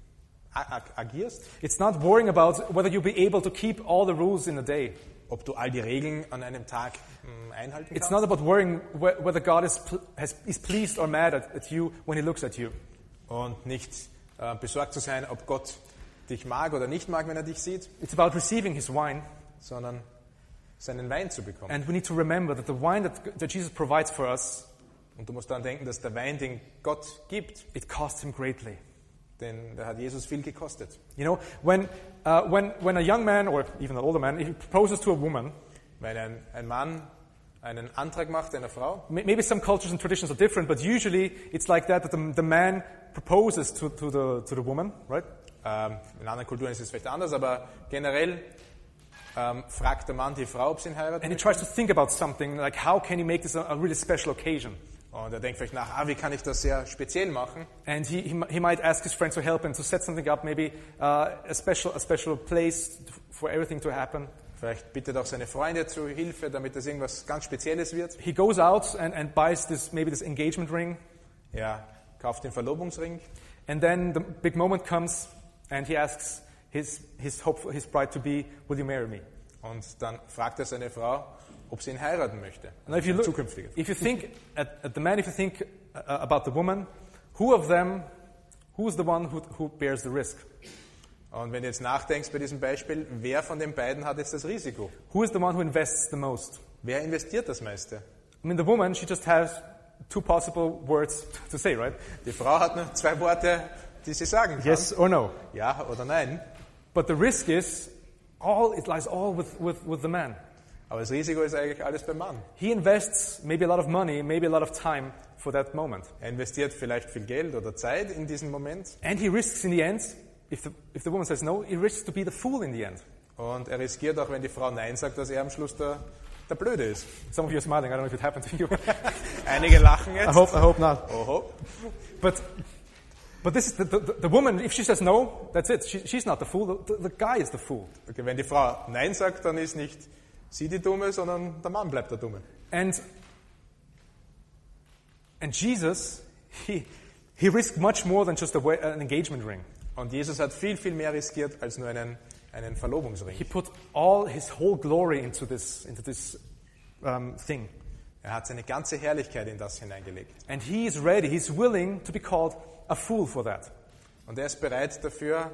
Speaker 2: a- a- agierst,
Speaker 1: It's not worrying about whether you'll be able to keep all the rules in a day.
Speaker 2: ob du all die Regeln an einem Tag mm, einhalten
Speaker 1: It's
Speaker 2: kannst.
Speaker 1: not about worrying wh- whether God is, pl- has, is pleased or mad at, at you when he looks at you.
Speaker 2: Und nicht äh, besorgt zu sein, ob Gott dich mag oder nicht mag, wenn er dich sieht,
Speaker 1: It's about receiving his wine
Speaker 2: sondern seinen Wein zu bekommen.
Speaker 1: And we need to remember that the wine that, that Jesus provides for us,
Speaker 2: Und du musst daran denken, dass der Wein, den Gott gibt,
Speaker 1: it costs him greatly.
Speaker 2: den, der hat Jesus viel gekostet.
Speaker 1: You know, when, uh, when, when a young man or even an older man he proposes to a woman,
Speaker 2: Wenn ein, ein Mann einen Antrag macht einer Frau,
Speaker 1: may- maybe some cultures and traditions are different, but usually it's like that that the, the man proposes to, to, the, to the woman, right?
Speaker 2: ähm, in anderen Kulturen ist es vielleicht anders, aber generell ähm, fragt der Mann die Frau, ob sie ihn heiraten
Speaker 1: And he tries to think about something like how can he make this a, a really special occasion?
Speaker 2: Und er denkt vielleicht nach, ah, wie kann ich das sehr speziell machen?
Speaker 1: And he, he, mi- he might ask his friends to help him to set something up, maybe uh, a, special, a special place for everything to happen.
Speaker 2: Vielleicht bittet auch seine Freunde zu Hilfe, damit das irgendwas ganz Spezielles wird.
Speaker 1: He goes out and, and buys this, maybe this engagement ring.
Speaker 2: Er kauft den Verlobungsring
Speaker 1: And then the big moment comes and he asks his, his, hope, his bride to be, Will you marry me?
Speaker 2: und dann fragt er seine Frau, ob sie ihn heiraten möchte.
Speaker 1: Now, if you
Speaker 2: Eine
Speaker 1: look,
Speaker 2: zukünftige.
Speaker 1: if you think at, at the man, if you think uh, about the woman, who of them, who is the one who, who bears the risk?
Speaker 2: Und wenn du jetzt nachdenkst bei diesem Beispiel, wer von den beiden hat jetzt das Risiko?
Speaker 1: Who is the one who invests the most?
Speaker 2: Wer investiert das meiste?
Speaker 1: I mean, the woman, she just has two possible words to say, right?
Speaker 2: Die Frau hat nur zwei Worte, die sie sagen kann.
Speaker 1: or no.
Speaker 2: Ja oder nein.
Speaker 1: Um, But the risk is all, it lies all with, with, with the man.
Speaker 2: Aber das Risiko ist eigentlich alles beim Mann.
Speaker 1: He invests maybe a lot of money, maybe a lot of time for that moment.
Speaker 2: Er investiert vielleicht viel Geld oder Zeit in diesen Moment
Speaker 1: And he risks in the end, if the, if the woman says no, he risks to be the fool in the end.
Speaker 2: und er riskiert auch, wenn die Frau Nein sagt, dass er am Schluss der, der Blöde ist.
Speaker 1: Some of you are smiling, I don't know if it happened to you.
Speaker 2: Einige lachen jetzt.
Speaker 1: I hope not.
Speaker 2: Oho.
Speaker 1: But, but this is the, the, the woman, if she says no, that's it. She, she's not the fool, the, the guy is the fool.
Speaker 2: Okay, wenn die Frau Nein sagt, dann ist nicht sie die Dumme, sondern der Mann bleibt der Dumme.
Speaker 1: And, and Jesus, he, he risked much more than just a, wa- an engagement ring.
Speaker 2: Und Jesus hat viel, viel mehr riskiert als nur einen, einen
Speaker 1: He
Speaker 2: Verlobungsring.
Speaker 1: put all his whole glory into this, into this um, thing.
Speaker 2: Er hat seine ganze Herrlichkeit in das hineingelegt.
Speaker 1: And he is ready, he's willing to be called a fool for that.
Speaker 2: Und er ist bereit dafür,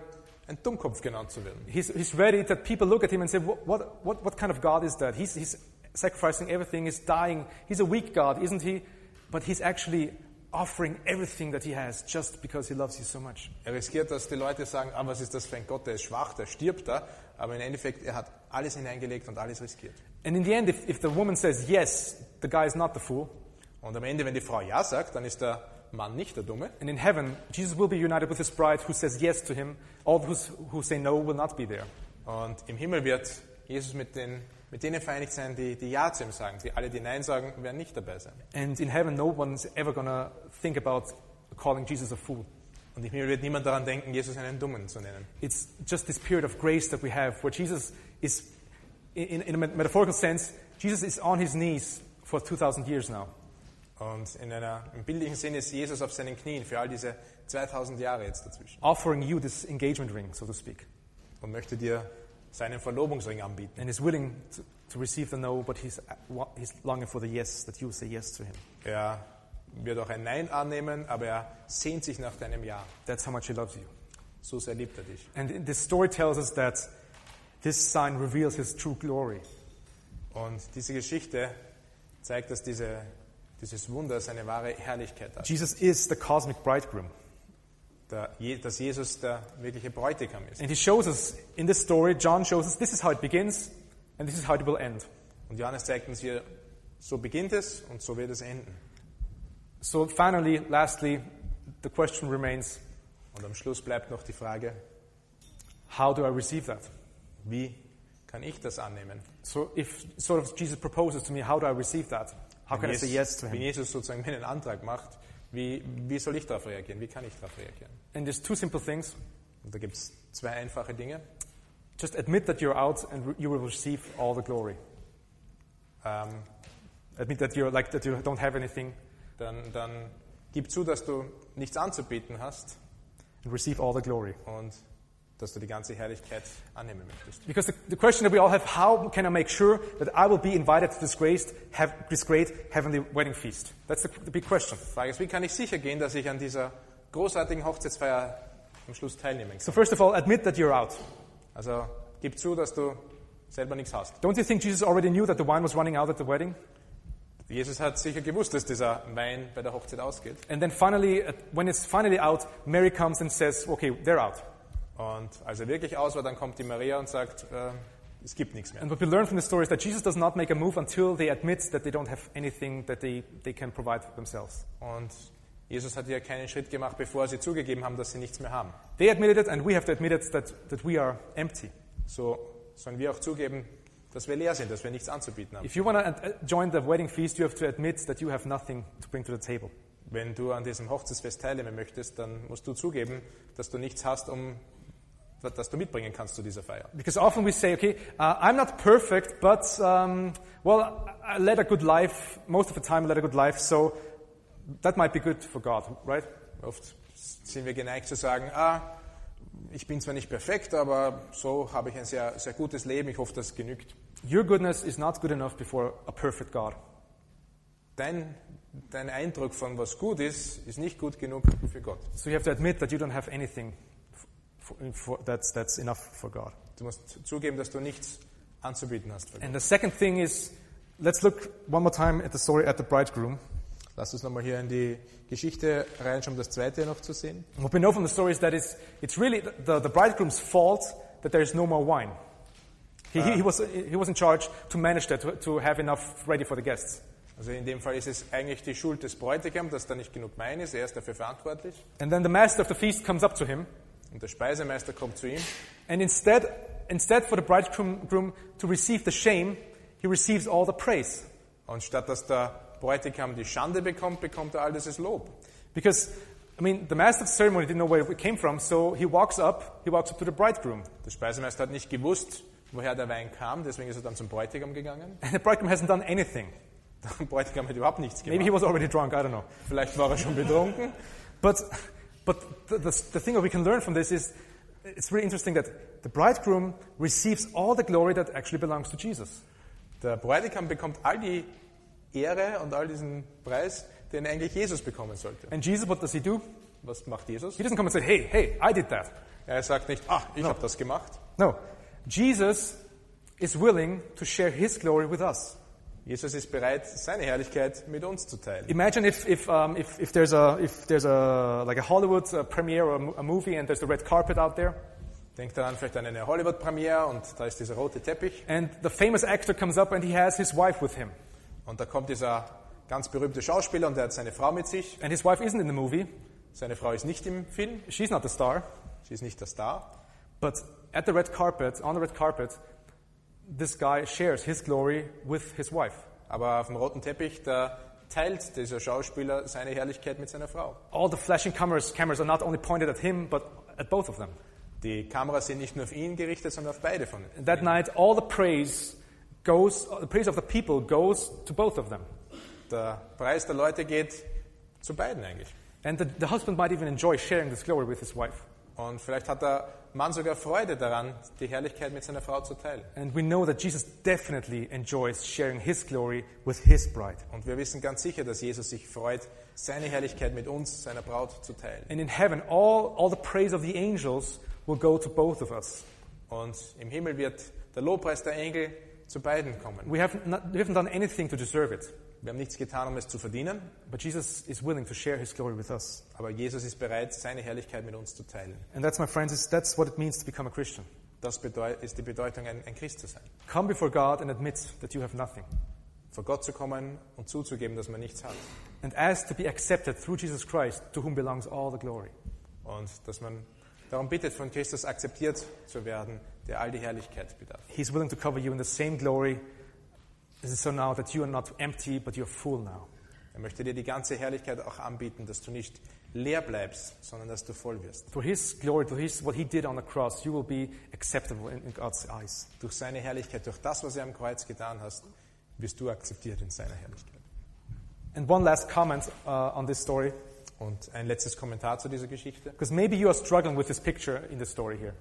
Speaker 2: ein Dummkopf genannt zu werden.
Speaker 1: He's, he's ready that people look at him and say, what, what, what, what kind of God is that? He's, he's sacrificing everything, he's dying. He's a weak God, isn't he? But he's actually offering everything that he has just because he loves you so much.
Speaker 2: Er riskiert, dass die Leute sagen, ah, was ist das für ein Gott, der ist schwach, der stirbt da. Aber im Endeffekt, er hat alles hineingelegt und alles riskiert.
Speaker 1: And in the end, if, if the woman says yes, the guy is not the fool.
Speaker 2: Und am Ende, wenn die Frau Ja sagt, dann ist der Mann nicht der Dumme.
Speaker 1: And in heaven, Jesus will be united with his bride who says yes to him. All those who say no will not be there.
Speaker 2: Und im Himmel wird Jesus mit, den, mit denen vereinigt sein, die, die Ja zu ihm sagen. Die, alle, die Nein sagen, werden nicht dabei sein.
Speaker 1: And in heaven, no one's ever going to think about calling Jesus a fool.
Speaker 2: Und im Himmel wird niemand daran denken, Jesus einen Dummen zu nennen.
Speaker 1: It's just this period of grace that we have where Jesus is, in, in a met- metaphorical sense, Jesus is on his knees for 2,000 years now.
Speaker 2: Und in einer, im bildlichen Sinne ist Jesus auf seinen Knien für all diese 2000 Jahre jetzt dazwischen
Speaker 1: Offering you this engagement ring, so to speak,
Speaker 2: und möchte dir seinen Verlobungsring anbieten.
Speaker 1: and is willing to, to receive the no, but he's, uh, wa- he's longing for the yes, that you say yes to him.
Speaker 2: Er wird auch ein Nein annehmen, aber er sehnt sich nach deinem Ja.
Speaker 1: That's how much he loves you.
Speaker 2: So sehr liebt er dich.
Speaker 1: And this story tells us that this sign reveals his true glory.
Speaker 2: Und diese Geschichte zeigt, dass diese, dieses Wunder seine wahre Herrlichkeit hat.
Speaker 1: Jesus is the cosmic bridegroom.
Speaker 2: Der, Je- dass Jesus der wirkliche Bräutigam ist.
Speaker 1: And he shows us in this story, John shows us this is how it begins and this is how it will end.
Speaker 2: Und Johannes zeigt uns hier, so beginnt es und so wird es enden.
Speaker 1: So finally, lastly, the question remains
Speaker 2: Und am Schluss bleibt noch die Frage,
Speaker 1: how do I receive that?
Speaker 2: wie kann ich das annehmen?
Speaker 1: So if sort of Jesus proposes to me, how do I receive that? How can I say yes to
Speaker 2: wenn
Speaker 1: him?
Speaker 2: Jesus sozusagen mir einen Antrag macht, wie, wie soll ich darauf reagieren? Wie kann ich darauf reagieren?
Speaker 1: And there's two simple things.
Speaker 2: Und da gibt es zwei einfache Dinge.
Speaker 1: Just admit that you're out and re- you will receive all the glory. Um,
Speaker 2: Ähm,
Speaker 1: Admit that you're like that you don't have anything
Speaker 2: dann, dann gib zu, dass du nichts anzubieten hast
Speaker 1: and receive all the glory.
Speaker 2: und dass du die ganze Herrlichkeit annehmen möchtest.
Speaker 1: Because the, the question that we all have, how can I make sure that I will be invited to this, graced, have, this great heavenly wedding feast? That's the, the big question.
Speaker 2: Die Frage ist, wie kann ich sicher gehen, dass ich an dieser großartigen Hochzeitsfeier am Schluss teilnehmen kann?
Speaker 1: So first of all, admit that you're out.
Speaker 2: Also gib zu, dass du selber nichts hast.
Speaker 1: Don't you think Jesus already knew that the wine was running out at the wedding?
Speaker 2: Jesus hat sicher gewusst, dass dieser Wein bei der Hochzeit ausgeht.
Speaker 1: And then finally, uh, when it's finally out, Mary comes and says, okay, they're out.
Speaker 2: Und als er wirklich aus war, dann kommt die Maria und sagt, äh, es gibt nichts mehr.
Speaker 1: And what we learn from the story is that Jesus does not make a move until they admit that they don't have anything that they, they can provide for themselves.
Speaker 2: Und Jesus hat ja keinen Schritt gemacht, bevor sie zugegeben haben, dass sie nichts mehr haben.
Speaker 1: They admitted it, and we have to admit it that, that we are empty.
Speaker 2: So sollen wir auch zugeben, dass wir leer sind, dass wir nichts anzubieten haben.
Speaker 1: If you want to join the wedding feast, you have to admit that you have nothing to bring to the table.
Speaker 2: Wenn du an diesem Hochzeitsfest teilnehmen möchtest, dann musst du zugeben, dass du nichts hast, um, dass du mitbringen kannst zu dieser Feier.
Speaker 1: Because often we say, okay, uh, I'm not perfect, but, um, well, I I led a good life, most of the time I led a good life, so that might be good for God, right?
Speaker 2: Oft sind wir geneigt zu sagen, ah, ich bin zwar nicht perfekt, aber so habe ich ein sehr, sehr gutes Leben, ich hoffe, das genügt.
Speaker 1: Your goodness is not good enough before a perfect God.
Speaker 2: Dein, dein Eindruck von was gut ist, ist nicht gut genug für Gott.
Speaker 1: So you have to admit that you don't have anything f- for, for, that's, that's enough for God.
Speaker 2: Du musst zugeben, dass du nichts anzubieten hast für Gott.
Speaker 1: And the second thing is, let's look one more time at the story at the bridegroom.
Speaker 2: Lass uns nochmal hier in die Geschichte reinschauen, um das zweite noch zu sehen.
Speaker 1: What we know from the story is that it's, it's really the- the, the bridegroom's fault that there is no more wine. He, he, he, was, he was in charge to manage that, to, to have enough ready for the guests.
Speaker 2: Also in dem Fall ist es eigentlich die Schuld des Bräutigams, dass da nicht genug Wein ist. Er ist dafür verantwortlich.
Speaker 1: And then the master of the feast comes up to him,
Speaker 2: Und der Speisemeister kommt zu ihm.
Speaker 1: and instead, instead for the bridegroom groom to receive the shame, he receives all the praise.
Speaker 2: Und statt dass der Bräutigam die Schande bekommt, bekommt er all dieses Lob.
Speaker 1: Because, I mean, the master of the ceremony didn't know where it came from, so he walks up, he walks up to the bridegroom.
Speaker 2: Der Speisemeister hat nicht gewusst, woher der Wein kam, deswegen ist er dann zum Bräutigam gegangen.
Speaker 1: And the bridegroom hasn't done anything.
Speaker 2: Der Bräutigam hat überhaupt nichts
Speaker 1: Maybe
Speaker 2: gemacht.
Speaker 1: he was already drunk, I don't know.
Speaker 2: Vielleicht war er schon betrunken.
Speaker 1: But, but the, the, the thing that we can learn from this is it's really interesting that the bridegroom receives all the glory that actually belongs to Jesus.
Speaker 2: Der Bräutigam bekommt all die Ehre und all diesen Preis, den eigentlich Jesus bekommen sollte.
Speaker 1: And Jesus, what does he do?
Speaker 2: Was macht Jesus?
Speaker 1: He doesn't come and say, hey, hey, I did that.
Speaker 2: Er sagt nicht, ah, ich habe das gemacht.
Speaker 1: No. Jesus is willing to share his glory with us.
Speaker 2: Jesus ist bereit, seine Herrlichkeit mit uns zu teilen.
Speaker 1: Imagine if, if, um, if, if there's, a, if there's a, like a Hollywood uh premiere or a mo- a movie and there's the red carpet out there
Speaker 2: Denk daran vielleicht an eine Hollywood-Premiere und da ist dieser rote Teppich
Speaker 1: and the famous actor comes up and he has his wife with him.
Speaker 2: und da kommt dieser ganz berühmte Schauspieler und der hat seine Frau mit sich.
Speaker 1: And his wife isn't in the movie.
Speaker 2: Seine Frau ist nicht im Film,
Speaker 1: She's not the star.
Speaker 2: sie ist nicht der Star,
Speaker 1: But at the red carpet, on the red carpet, this guy shares his glory with his wife.
Speaker 2: aber auf dem roten Teppich, da teilt dieser Schauspieler seine Herrlichkeit mit seiner Frau.
Speaker 1: All the flashing cameras, cameras are not only pointed at him, but at both of them.
Speaker 2: Die Kameras sind nicht nur auf ihn gerichtet, sondern auf beide von ihnen.
Speaker 1: And that night, all the praise goes, the praise of the people goes to both of them.
Speaker 2: Der Preis der Leute geht zu beiden eigentlich.
Speaker 1: And the, the husband might even enjoy sharing this glory with his wife.
Speaker 2: Und vielleicht hat der Mann sogar Freude daran, die Herrlichkeit mit seiner Frau zu teilen.
Speaker 1: And we know that Jesus definitely enjoys sharing his glory with his bride.
Speaker 2: Und wir wissen ganz sicher, dass Jesus sich freut, seine Herrlichkeit mit uns, seiner Braut, zu teilen.
Speaker 1: And in heaven, all, all the praise of the angels will go to both of us.
Speaker 2: Und im Himmel wird der Lobpreis der Engel zu beiden kommen.
Speaker 1: We haven't, not, we haven't done anything to deserve it.
Speaker 2: Wir haben nichts getan, um es zu verdienen,
Speaker 1: But Jesus is willing to share his glory with us.
Speaker 2: aber Jesus ist bereit, seine Herrlichkeit mit uns zu teilen.
Speaker 1: And that's, my friends, is, that's what it means to become a Christian.
Speaker 2: Das bedeu- ist die Bedeutung, ein, ein Christ zu sein.
Speaker 1: Come before God and admit that you have nothing.
Speaker 2: Vor Gott zu kommen und zuzugeben, dass man nichts hat.
Speaker 1: And ask to be accepted through Jesus Christ, to whom belongs all the glory.
Speaker 2: Und dass man darum bittet, von Christus akzeptiert zu werden, der all die Herrlichkeit bedarf.
Speaker 1: He's willing to cover you in the same glory as it is so now that you are not empty, but you're full now.
Speaker 2: Er möchte dir die ganze Herrlichkeit auch anbieten, dass du nicht leer bleibst, sondern dass du voll wirst.
Speaker 1: For his glory, to his, what he did on the cross, you will be acceptable in, in God's eyes.
Speaker 2: Durch seine Herrlichkeit, durch das, was er am Kreuz getan hast, wirst du akzeptiert in seiner Herrlichkeit.
Speaker 1: And one last comment uh, on this story,
Speaker 2: Und ein letztes Kommentar zu dieser Geschichte.
Speaker 1: because maybe you are struggling with this picture in the story here.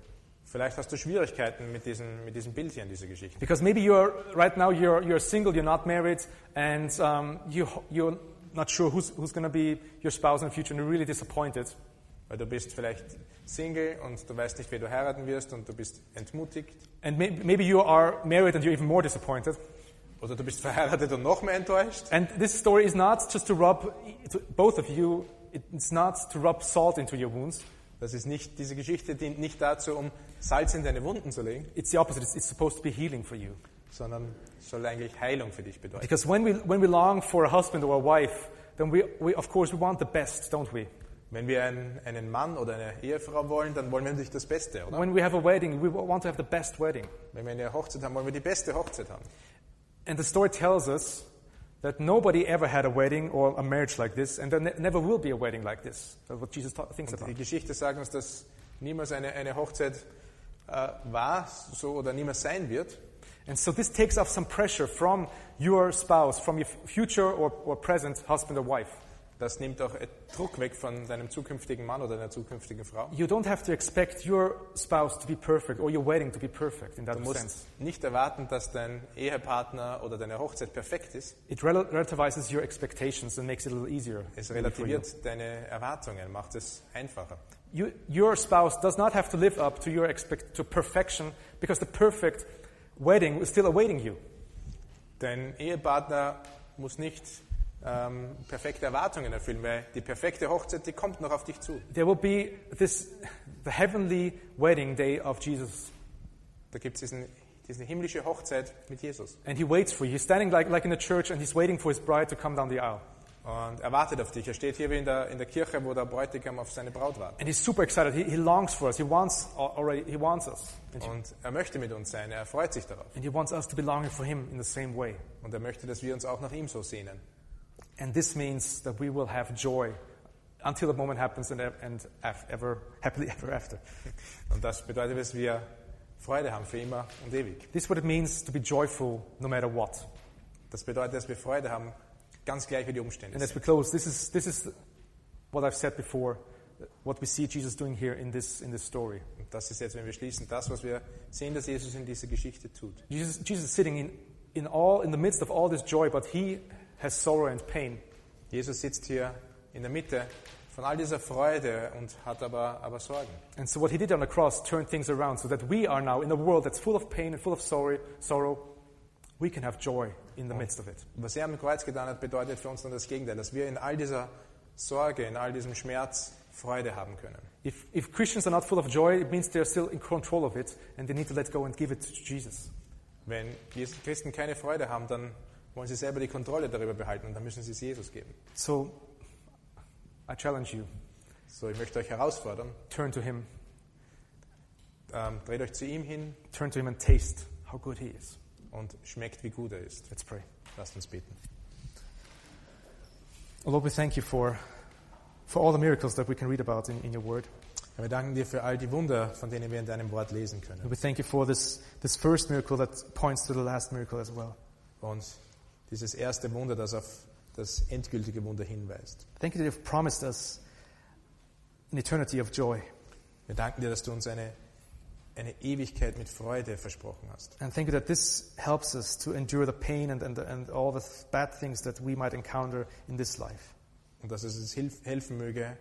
Speaker 2: Vielleicht hast du Schwierigkeiten mit diesem, mit diesem Bild hier in dieser Geschichte.
Speaker 1: Because maybe you're right now you're you're single, you're not married, and um, you you're not sure who's who's going to be your spouse in the future, and you're really disappointed.
Speaker 2: Weil Weil du bist vielleicht Single und du weißt nicht, wer du heiraten wirst und du bist entmutigt.
Speaker 1: And may- maybe you are married and you're even more disappointed.
Speaker 2: Oder du bist verheiratet und noch mehr enttäuscht.
Speaker 1: And this story is not just to rub to both of you, it's not to rub salt into your wounds.
Speaker 2: Das ist nicht, diese Geschichte dient nicht dazu, um Salz in deine Wunden zu legen,
Speaker 1: It's the opposite. It's, it's supposed to be healing for you.
Speaker 2: sondern soll eigentlich Heilung für dich bedeuten.
Speaker 1: Because when we, when we long for a husband or a wife, then we, we, of course, we want the best, don't we?
Speaker 2: Wenn wir einen, einen Mann oder eine Ehefrau wollen, dann wollen wir natürlich das Beste, oder?
Speaker 1: When we have a wedding, we want to have the best wedding.
Speaker 2: Wenn wir eine Hochzeit haben, wollen wir die beste Hochzeit haben.
Speaker 1: And the story tells us that nobody ever had a wedding or a marriage like this, and there ne- never will be a wedding like this. That's what Jesus ta- thinks
Speaker 2: Die
Speaker 1: about.
Speaker 2: Geschichte sagt uns, dass niemals eine, eine Hochzeit äh, war so oder niemals sein wird.
Speaker 1: And so this takes off some pressure from your spouse, from your f- future or, or present husband or wife.
Speaker 2: Das nimmt auch äh, Druck weg von deinem zukünftigen Mann oder deiner zukünftigen Frau.
Speaker 1: You don't have to expect your spouse to be perfect or your wedding to be perfect in that
Speaker 2: Du
Speaker 1: sense.
Speaker 2: musst nicht erwarten, dass dein Ehepartner oder deine Hochzeit perfekt ist.
Speaker 1: It rel- relativizes your expectations and makes it a little easier.
Speaker 2: Es
Speaker 1: maybe for you.
Speaker 2: relativiert deine Erwartungen, macht es einfacher.
Speaker 1: You, your spouse does not have to live up to your expect to perfection because the perfect wedding is still awaiting you.
Speaker 2: Dein Ehepartner muss nicht ähm, perfekte Erwartungen erfüllen, weil die perfekte Hochzeit, die kommt noch auf dich zu.
Speaker 1: There will be this the heavenly wedding day of Jesus,
Speaker 2: Da gibt es diesen, diese himmlische Hochzeit mit Jesus.
Speaker 1: and he waits for you. He's standing like, like in a church, and he's waiting for his bride to come down the aisle.
Speaker 2: Und er wartet auf dich. Er steht hier wie in der, in der Kirche, wo der Bräutigam auf seine Braut wartet.
Speaker 1: And he's super excited. He, he longs for us. He wants al- already. He wants us, and,
Speaker 2: Und er möchte mit uns sein, er freut sich darauf.
Speaker 1: and he wants us to be longing for him in the same way.
Speaker 2: Und er möchte, dass wir uns auch nach ihm so sehnen.
Speaker 1: And this means that we will have joy until the moment happens, and, ev- and af- ever happily ever after.
Speaker 2: Und das bedeutet, dass wir Freude haben für immer und ewig.
Speaker 1: This is what it means to be joyful no matter what.
Speaker 2: Das bedeutet, dass wir Freude haben, ganz gleich wie die Umstände
Speaker 1: And as
Speaker 2: sind.
Speaker 1: we close, this is, this is what I've said before, what we see Jesus doing here in this, in this story.
Speaker 2: Und das ist jetzt, wenn wir schließen, das, was wir sehen, dass Jesus in dieser Geschichte tut.
Speaker 1: Jesus, Jesus is sitting in, in, all, in the midst of all this joy, but he has sorrow and pain.
Speaker 2: Jesus sitzt hier in der Mitte von all dieser Freude und hat aber, aber Sorgen.
Speaker 1: And so what he did on the cross turned things around so that we are now in a world that's full of pain and full of sorrow, sorrow we can have joy in the midst of it.
Speaker 2: Und was er am Kreuz getan hat, bedeutet für uns dann das Gegenteil, dass wir in all dieser Sorge, in all diesem Schmerz Freude haben können.
Speaker 1: If, if Christians are not full of joy, it means they're still in control of it and they need to let go and give it to Jesus.
Speaker 2: Wenn Jesus- Christen keine Freude haben, dann wollen sie selber die Kontrolle darüber behalten und dann müssen sie es Jesus geben.
Speaker 1: So I challenge you
Speaker 2: So, ich möchte euch herausfordern,
Speaker 1: turn to him
Speaker 2: ähm, dreht euch zu ihm hin
Speaker 1: turn to him and taste how good he is.
Speaker 2: und schmeckt, wie gut er ist.
Speaker 1: Let's pray.
Speaker 2: Lasst uns beten.
Speaker 1: Oh Lord, we thank you for, for all the miracles that we can read about in, in your word.
Speaker 2: Herr, wir danken dir für all die Wunder, von denen wir in deinem Wort lesen können.
Speaker 1: And we thank you for this, this first miracle that points to the last miracle as well.
Speaker 2: Und dieses erste Wunder, das auf das endgültige Wunder hinweist.
Speaker 1: Thank you that you've promised us an eternity of joy.
Speaker 2: Wir danken dir, dass du uns eine, eine Ewigkeit mit Freude versprochen hast.
Speaker 1: And thank you that this helps us to endure the pain and, and, and all the th- bad things that we might encounter in this life.
Speaker 2: Und dass es uns hilf, helfen möge,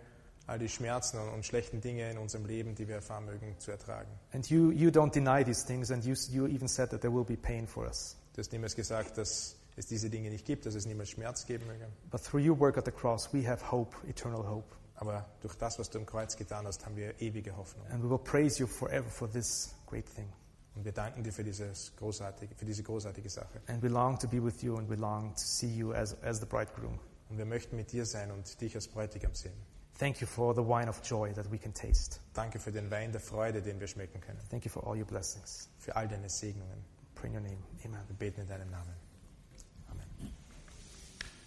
Speaker 2: all die Schmerzen und, und schlechten Dinge in unserem Leben, die wir erfahren mögen, zu ertragen.
Speaker 1: And you, you don't deny these things, and you, s- you even said that there will be pain for us.
Speaker 2: Du hast niemals gesagt, dass es diese Dinge nicht gibt, dass es niemals Schmerz geben möge.
Speaker 1: But through your work at the cross, we have hope, eternal hope.
Speaker 2: Aber durch das, was du am Kreuz getan hast, haben wir ewige Hoffnung.
Speaker 1: And we will praise you forever for this great thing.
Speaker 2: Und wir danken dir für, dieses großartige, für diese großartige Sache.
Speaker 1: And we long to be with you and we long to see you as, as the bridegroom.
Speaker 2: Und wir möchten mit dir sein und dich als Bräutigam sehen.
Speaker 1: Thank you for the wine of joy that we can taste.
Speaker 2: Danke für den Wein der Freude, den wir schmecken können.
Speaker 1: Thank you for all your blessings.
Speaker 2: Für all deine Segnungen.
Speaker 1: Pray in your name. Amen.
Speaker 2: Wir beten in deinem Namen.